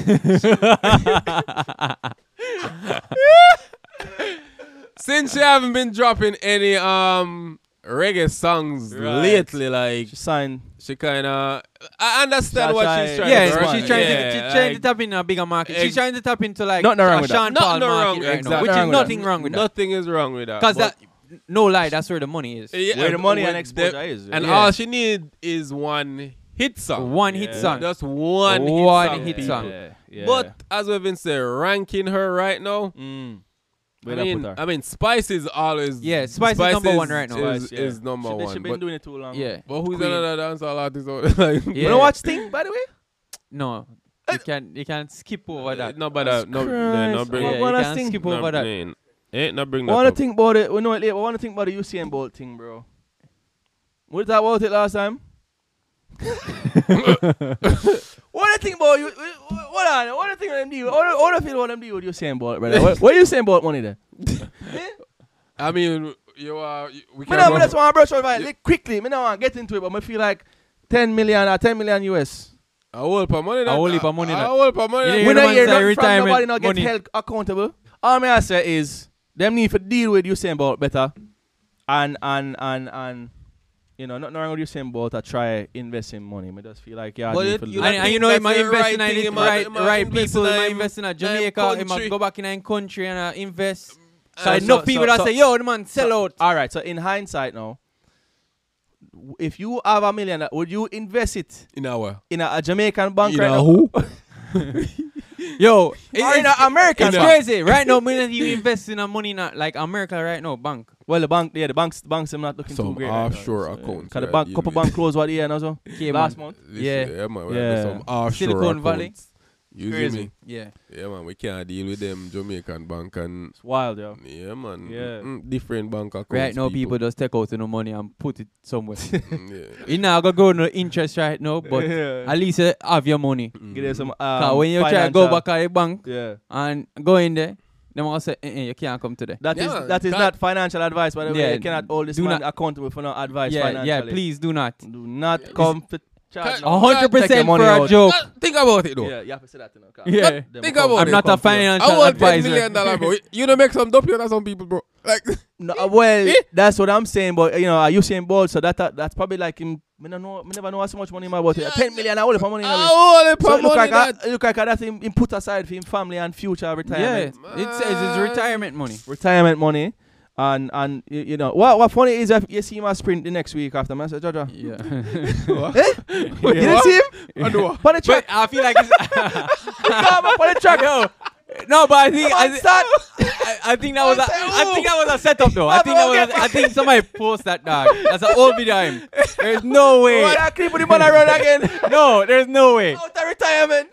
[SPEAKER 1] since she haven't been dropping any um reggae songs
[SPEAKER 2] Right.
[SPEAKER 1] lately like
[SPEAKER 2] She signed.
[SPEAKER 1] she kind of I understand
[SPEAKER 2] She
[SPEAKER 1] what
[SPEAKER 2] try-
[SPEAKER 1] she's
[SPEAKER 2] Right,
[SPEAKER 1] trying
[SPEAKER 3] yeah,
[SPEAKER 1] to
[SPEAKER 2] right,
[SPEAKER 3] she's
[SPEAKER 2] right.
[SPEAKER 3] trying
[SPEAKER 1] Yeah,
[SPEAKER 3] to she's
[SPEAKER 1] like,
[SPEAKER 3] trying to tap in a bigger market.
[SPEAKER 1] ex-
[SPEAKER 3] she's trying to tap into like
[SPEAKER 2] Nothing wrong
[SPEAKER 3] a
[SPEAKER 2] with
[SPEAKER 3] Sean
[SPEAKER 1] that.
[SPEAKER 3] Paul
[SPEAKER 1] Nothing wrong,
[SPEAKER 3] market right now,
[SPEAKER 1] exactly.
[SPEAKER 3] which is
[SPEAKER 2] Nothing wrong with that.
[SPEAKER 3] nothing wrong with that.
[SPEAKER 1] nothing is wrong with that
[SPEAKER 3] Because
[SPEAKER 1] But-
[SPEAKER 3] that, no lie, that's where the money is.
[SPEAKER 1] Yeah,
[SPEAKER 2] Where the money
[SPEAKER 1] when
[SPEAKER 2] and exposure
[SPEAKER 1] the-
[SPEAKER 2] is,
[SPEAKER 1] And
[SPEAKER 3] yeah.
[SPEAKER 1] all she need is one hit song.
[SPEAKER 3] One hit
[SPEAKER 1] Yeah.
[SPEAKER 3] song.
[SPEAKER 1] Just one,
[SPEAKER 3] One
[SPEAKER 1] hit song.
[SPEAKER 3] hit
[SPEAKER 1] people.
[SPEAKER 3] song.
[SPEAKER 2] Yeah, yeah.
[SPEAKER 1] But as we've been saying, ranking her right now.
[SPEAKER 2] mm,
[SPEAKER 1] I
[SPEAKER 2] where that
[SPEAKER 1] mean,
[SPEAKER 2] put her?
[SPEAKER 1] I mean, Spice is always
[SPEAKER 3] Yeah, Spice is number one right now.
[SPEAKER 1] Is,
[SPEAKER 2] Spice, yeah.
[SPEAKER 1] is number
[SPEAKER 2] she, She
[SPEAKER 1] one.
[SPEAKER 2] been
[SPEAKER 1] But,
[SPEAKER 2] doing it too long.
[SPEAKER 3] Yeah.
[SPEAKER 1] but who's
[SPEAKER 3] Queen.
[SPEAKER 1] another dancehall artist? out there? Like,
[SPEAKER 2] You
[SPEAKER 3] Yeah.
[SPEAKER 2] don't watch Thing, by the way?
[SPEAKER 3] No, you can you can skip over that.
[SPEAKER 1] Eh. No, but that, Uh, no,
[SPEAKER 2] Christ.
[SPEAKER 1] no, no, bring,
[SPEAKER 2] Yeah,
[SPEAKER 1] no,
[SPEAKER 3] you
[SPEAKER 2] what I
[SPEAKER 3] can
[SPEAKER 2] think-
[SPEAKER 3] skip over that.
[SPEAKER 1] bring- eh, no, bring
[SPEAKER 2] I
[SPEAKER 1] that.
[SPEAKER 2] want
[SPEAKER 1] up.
[SPEAKER 2] to think about it. We know it later. I want to think about the UCM Bolt thing, bro. We talked about it last time. what do you think about you? What on? What do you think of them deal? What do- what do you feel about them deal with UCM Bolt, brother? What, what you saying about money there?
[SPEAKER 1] I mean, you are. You, we
[SPEAKER 2] Me
[SPEAKER 1] can
[SPEAKER 2] no,
[SPEAKER 1] go
[SPEAKER 2] me just
[SPEAKER 1] for-
[SPEAKER 2] want to brush over it like, quickly. Me no want to get into it, but me feel like ten million or ten million US.
[SPEAKER 1] a whole pa money. that-
[SPEAKER 3] whole heap of money
[SPEAKER 1] A
[SPEAKER 3] that-
[SPEAKER 1] whole pa money.
[SPEAKER 3] You
[SPEAKER 1] that-
[SPEAKER 3] hear
[SPEAKER 2] We
[SPEAKER 3] the
[SPEAKER 2] don't
[SPEAKER 3] man
[SPEAKER 2] hear
[SPEAKER 3] say
[SPEAKER 2] nothing from
[SPEAKER 3] retirement
[SPEAKER 2] nobody. Not get
[SPEAKER 3] money.
[SPEAKER 2] held accountable. All me I say is them need to deal with Usain Bolt better, and and and and you know, nothing wrong with Usain Bolt. I try invest in money. Me just feel like yeah.
[SPEAKER 1] But
[SPEAKER 2] need
[SPEAKER 1] it-
[SPEAKER 2] to
[SPEAKER 1] you
[SPEAKER 2] look-
[SPEAKER 3] and,
[SPEAKER 1] don't
[SPEAKER 3] and you
[SPEAKER 1] think
[SPEAKER 3] know,
[SPEAKER 1] that's
[SPEAKER 3] he might
[SPEAKER 1] the
[SPEAKER 3] invest
[SPEAKER 1] right
[SPEAKER 3] in
[SPEAKER 1] thing,
[SPEAKER 3] it,
[SPEAKER 1] he might-
[SPEAKER 3] right,
[SPEAKER 1] he might
[SPEAKER 3] right
[SPEAKER 1] invest
[SPEAKER 3] people,
[SPEAKER 1] in
[SPEAKER 3] he might
[SPEAKER 1] him-
[SPEAKER 3] invest in a
[SPEAKER 1] him
[SPEAKER 3] Jamaica, he
[SPEAKER 1] country. Eh,
[SPEAKER 3] might go back in a country and uh, invest. So,
[SPEAKER 2] so-
[SPEAKER 3] enough
[SPEAKER 2] so-
[SPEAKER 3] people that
[SPEAKER 2] so-
[SPEAKER 3] say, yo, the man, sell out.
[SPEAKER 2] All right. So in hindsight now, w- if you have a million, uh, would you invest it
[SPEAKER 1] In a while.
[SPEAKER 2] in a, a Jamaican bank
[SPEAKER 1] In
[SPEAKER 2] right
[SPEAKER 1] a
[SPEAKER 2] now?
[SPEAKER 1] who?
[SPEAKER 3] Yo, it-
[SPEAKER 2] Or in
[SPEAKER 3] it's,
[SPEAKER 2] an American
[SPEAKER 3] it's
[SPEAKER 2] bank?
[SPEAKER 3] crazy. Right now, million you invest in a money, not like America right now, bank.
[SPEAKER 2] Well, the bank, yeah, the banks, the banks, are not looking
[SPEAKER 1] Some
[SPEAKER 2] too great.
[SPEAKER 1] offshore
[SPEAKER 2] right now, so, yeah.
[SPEAKER 1] accounts,
[SPEAKER 2] Cause the
[SPEAKER 1] right,
[SPEAKER 2] bank,
[SPEAKER 1] you
[SPEAKER 2] couple
[SPEAKER 1] mean.
[SPEAKER 2] bank closed what year now, so
[SPEAKER 3] Yeah,
[SPEAKER 2] last
[SPEAKER 3] man.
[SPEAKER 2] month.
[SPEAKER 1] This-
[SPEAKER 3] Yeah.
[SPEAKER 1] yeah, man.
[SPEAKER 2] Yeah.
[SPEAKER 1] Yeah. Some offshore
[SPEAKER 3] Silicon Valley.
[SPEAKER 1] accounts. You see
[SPEAKER 2] Crazy.
[SPEAKER 1] me?
[SPEAKER 3] Yeah.
[SPEAKER 1] Yeah, man. We can't deal with them Jamaican bank and
[SPEAKER 2] It's wild, yo.
[SPEAKER 1] yeah, man.
[SPEAKER 2] Yeah.
[SPEAKER 1] Mm, different bank accounts.
[SPEAKER 3] Right now, people just take out no money and put it somewhere.
[SPEAKER 1] Mm, yeah.
[SPEAKER 3] you now go go no interest right now, but
[SPEAKER 2] yeah.
[SPEAKER 3] at least uh, have your money.
[SPEAKER 2] Give them some. Um,
[SPEAKER 3] 'Cause when you try to go
[SPEAKER 2] financial-
[SPEAKER 3] back at the bank
[SPEAKER 2] yeah.
[SPEAKER 3] and go in there, them all say, eh, eh, you can't come today.
[SPEAKER 2] That is
[SPEAKER 1] Yeah, man,
[SPEAKER 2] that is
[SPEAKER 1] that-
[SPEAKER 2] not financial advice, by the way.
[SPEAKER 3] Yeah,
[SPEAKER 2] You cannot hold this
[SPEAKER 3] do
[SPEAKER 2] man
[SPEAKER 3] not-
[SPEAKER 2] accountable for no advice
[SPEAKER 3] Yeah,
[SPEAKER 2] financially.
[SPEAKER 3] yeah, please Oh, do not.
[SPEAKER 2] Do not come to charge.
[SPEAKER 1] Cut-
[SPEAKER 2] no.
[SPEAKER 3] A
[SPEAKER 1] hun-
[SPEAKER 3] hundred
[SPEAKER 2] Take your
[SPEAKER 3] percent for
[SPEAKER 2] money
[SPEAKER 3] a
[SPEAKER 2] out.
[SPEAKER 3] joke.
[SPEAKER 1] Uh, think about it though.
[SPEAKER 2] Yeah, you have to say that to no car.
[SPEAKER 3] Yeah.
[SPEAKER 2] Them
[SPEAKER 1] Think
[SPEAKER 2] come-
[SPEAKER 1] about
[SPEAKER 3] I'm
[SPEAKER 1] they
[SPEAKER 3] not a
[SPEAKER 2] come to you.
[SPEAKER 3] financial
[SPEAKER 1] I want ten
[SPEAKER 3] advisor.
[SPEAKER 1] million dollar, bro. You don't make some dope out of some people, bro. Like,
[SPEAKER 2] No, uh, well,
[SPEAKER 1] Eh?
[SPEAKER 2] that's what I'm saying. But you know, are you saying bold? So that, that that's probably like him. Me no know. Me never know how so much money him about it.
[SPEAKER 1] Yeah,
[SPEAKER 2] Ten million. I hold up money. in a way.
[SPEAKER 1] oh, the
[SPEAKER 2] So
[SPEAKER 1] pa
[SPEAKER 2] it look
[SPEAKER 1] money
[SPEAKER 2] like
[SPEAKER 1] that.
[SPEAKER 2] a, it look like a, that him, him put aside for him family and future
[SPEAKER 3] Yeah,
[SPEAKER 2] retirement.
[SPEAKER 3] it says it's retirement money.
[SPEAKER 2] Retirement money. And and you, you know what what funny is if you see him a sprint the next week after man said Jojo.
[SPEAKER 3] Yeah.
[SPEAKER 2] You didn't
[SPEAKER 1] What?
[SPEAKER 2] see him?
[SPEAKER 1] I know.
[SPEAKER 2] On the
[SPEAKER 3] but
[SPEAKER 2] track.
[SPEAKER 3] I feel like it's
[SPEAKER 2] Come up on the track. Yo.
[SPEAKER 3] no, but I think I,
[SPEAKER 2] Man
[SPEAKER 3] thi-
[SPEAKER 2] start-
[SPEAKER 3] I, I think that was a, I think that was a setup though. I
[SPEAKER 2] Man,
[SPEAKER 3] think that was
[SPEAKER 2] okay.
[SPEAKER 3] a, I think somebody post that dog. That's an old video. of him. There's no way.
[SPEAKER 2] Why that clip with the man I run again?
[SPEAKER 3] No, there's no way.
[SPEAKER 2] Out of retirement.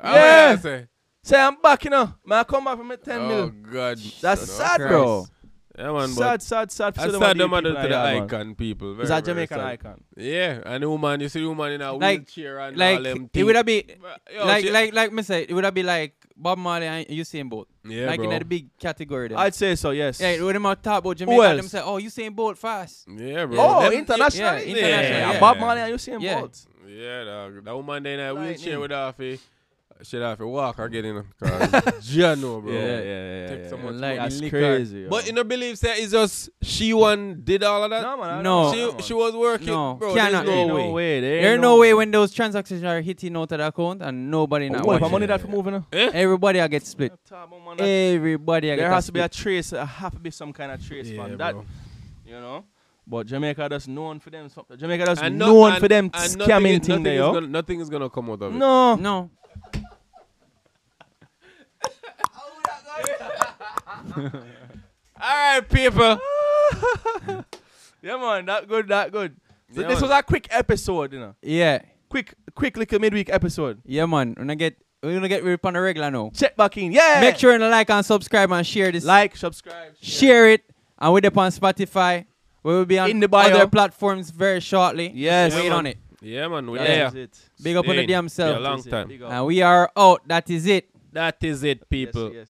[SPEAKER 1] How much
[SPEAKER 2] Yeah.
[SPEAKER 1] I say?
[SPEAKER 2] Say I'm back, you know. Man, I come back from my 10
[SPEAKER 1] Oh
[SPEAKER 2] mil.
[SPEAKER 1] God.
[SPEAKER 2] That's
[SPEAKER 1] Jesus
[SPEAKER 2] sad,
[SPEAKER 1] Christ.
[SPEAKER 2] bro.
[SPEAKER 1] Yeah, man. But
[SPEAKER 2] Sad, sad, sad.
[SPEAKER 1] I
[SPEAKER 2] So
[SPEAKER 1] sad
[SPEAKER 2] them
[SPEAKER 1] them
[SPEAKER 2] are
[SPEAKER 1] other
[SPEAKER 2] the
[SPEAKER 1] to the
[SPEAKER 2] people like that, man.
[SPEAKER 1] icon people.
[SPEAKER 2] It's
[SPEAKER 1] very, very
[SPEAKER 2] a Jamaican
[SPEAKER 1] sad.
[SPEAKER 2] icon.
[SPEAKER 1] Yeah, and the woman, you see the woman in a
[SPEAKER 3] Like-
[SPEAKER 1] wheelchair and all
[SPEAKER 3] Like
[SPEAKER 1] them
[SPEAKER 3] it would have been
[SPEAKER 1] Yo,
[SPEAKER 3] like
[SPEAKER 1] she-
[SPEAKER 3] like like me say it would have been like Bob Marley and Usain Bolt.
[SPEAKER 1] Yeah,
[SPEAKER 3] like
[SPEAKER 1] bro.
[SPEAKER 3] in that big category. There.
[SPEAKER 2] I'd say so, yes.
[SPEAKER 3] yeah, when them out talk about
[SPEAKER 2] Who
[SPEAKER 3] Jamaica,
[SPEAKER 2] else?
[SPEAKER 3] them say, oh, Usain Bolt fast.
[SPEAKER 1] Yeah, bro.
[SPEAKER 2] Oh,
[SPEAKER 1] Them-
[SPEAKER 2] international.
[SPEAKER 3] yeah,
[SPEAKER 2] Yeah,
[SPEAKER 3] international, yeah.
[SPEAKER 2] Bob Marley and Usain
[SPEAKER 3] Yeah.
[SPEAKER 2] Bolt.
[SPEAKER 1] Yeah, dog. That woman there in that
[SPEAKER 2] Lightning.
[SPEAKER 1] wheelchair with off a shit off a walk or get in a car. General, bro.
[SPEAKER 2] yeah,
[SPEAKER 1] Take some
[SPEAKER 3] Like,
[SPEAKER 1] much money.
[SPEAKER 2] That's
[SPEAKER 3] liquor.
[SPEAKER 2] crazy. yo.
[SPEAKER 1] But you know, believe that it's just she one did all of that.
[SPEAKER 2] no, man, I don't
[SPEAKER 3] No.
[SPEAKER 2] know,
[SPEAKER 1] she
[SPEAKER 2] man.
[SPEAKER 1] she was working,
[SPEAKER 3] No,
[SPEAKER 1] bro.
[SPEAKER 3] cannot.
[SPEAKER 1] There's
[SPEAKER 2] There
[SPEAKER 1] no,
[SPEAKER 2] ain't
[SPEAKER 1] way.
[SPEAKER 2] There
[SPEAKER 3] There
[SPEAKER 2] ain't
[SPEAKER 3] ain't no way when those transactions are hitting out of the account and nobody not
[SPEAKER 2] What if
[SPEAKER 3] watching.
[SPEAKER 2] I'm money that for moving? huh?
[SPEAKER 1] Eh?
[SPEAKER 3] Everybody I get split. Everybody I get
[SPEAKER 2] There has to be a
[SPEAKER 3] split.
[SPEAKER 2] trace. There have to be some kind of trace,
[SPEAKER 1] Yeah,
[SPEAKER 2] man. That
[SPEAKER 1] bro.
[SPEAKER 2] you know. But Jamaica that's known for them. something- Jamaica that's
[SPEAKER 1] And no-
[SPEAKER 2] known
[SPEAKER 1] and-
[SPEAKER 2] for them
[SPEAKER 1] and nothing is-
[SPEAKER 2] scamming thing
[SPEAKER 1] nothing
[SPEAKER 2] there,
[SPEAKER 1] is
[SPEAKER 2] yo.
[SPEAKER 1] gonna- Nothing is gonna come out of it.
[SPEAKER 2] No,
[SPEAKER 3] no.
[SPEAKER 1] All right, people.
[SPEAKER 2] yeah, man, that good, that good. So
[SPEAKER 1] Yeah,
[SPEAKER 2] this
[SPEAKER 1] man.
[SPEAKER 2] was a quick episode, you know.
[SPEAKER 3] Yeah.
[SPEAKER 2] Quick quick little midweek episode.
[SPEAKER 3] Yeah, man. We're gonna get we're gonna get rip on the regular now.
[SPEAKER 2] Check back in. Yeah.
[SPEAKER 3] Make sure and like and subscribe and share this.
[SPEAKER 2] like, subscribe,
[SPEAKER 3] share it, and we're up on Spotify. We will be on
[SPEAKER 2] In the bio.
[SPEAKER 3] other platforms very shortly.
[SPEAKER 2] Yes.
[SPEAKER 3] wait
[SPEAKER 1] Yeah,
[SPEAKER 3] on
[SPEAKER 1] man.
[SPEAKER 3] it.
[SPEAKER 1] Yeah, man. We
[SPEAKER 2] That
[SPEAKER 1] there.
[SPEAKER 2] is it.
[SPEAKER 3] Big up on the
[SPEAKER 1] Staying.
[SPEAKER 3] damn
[SPEAKER 1] Be a
[SPEAKER 3] self.
[SPEAKER 1] long
[SPEAKER 2] That is it.
[SPEAKER 1] time.
[SPEAKER 2] Big up.
[SPEAKER 3] And we are out. That is it.
[SPEAKER 1] That is it,
[SPEAKER 2] Yes,
[SPEAKER 1] people.
[SPEAKER 2] yes.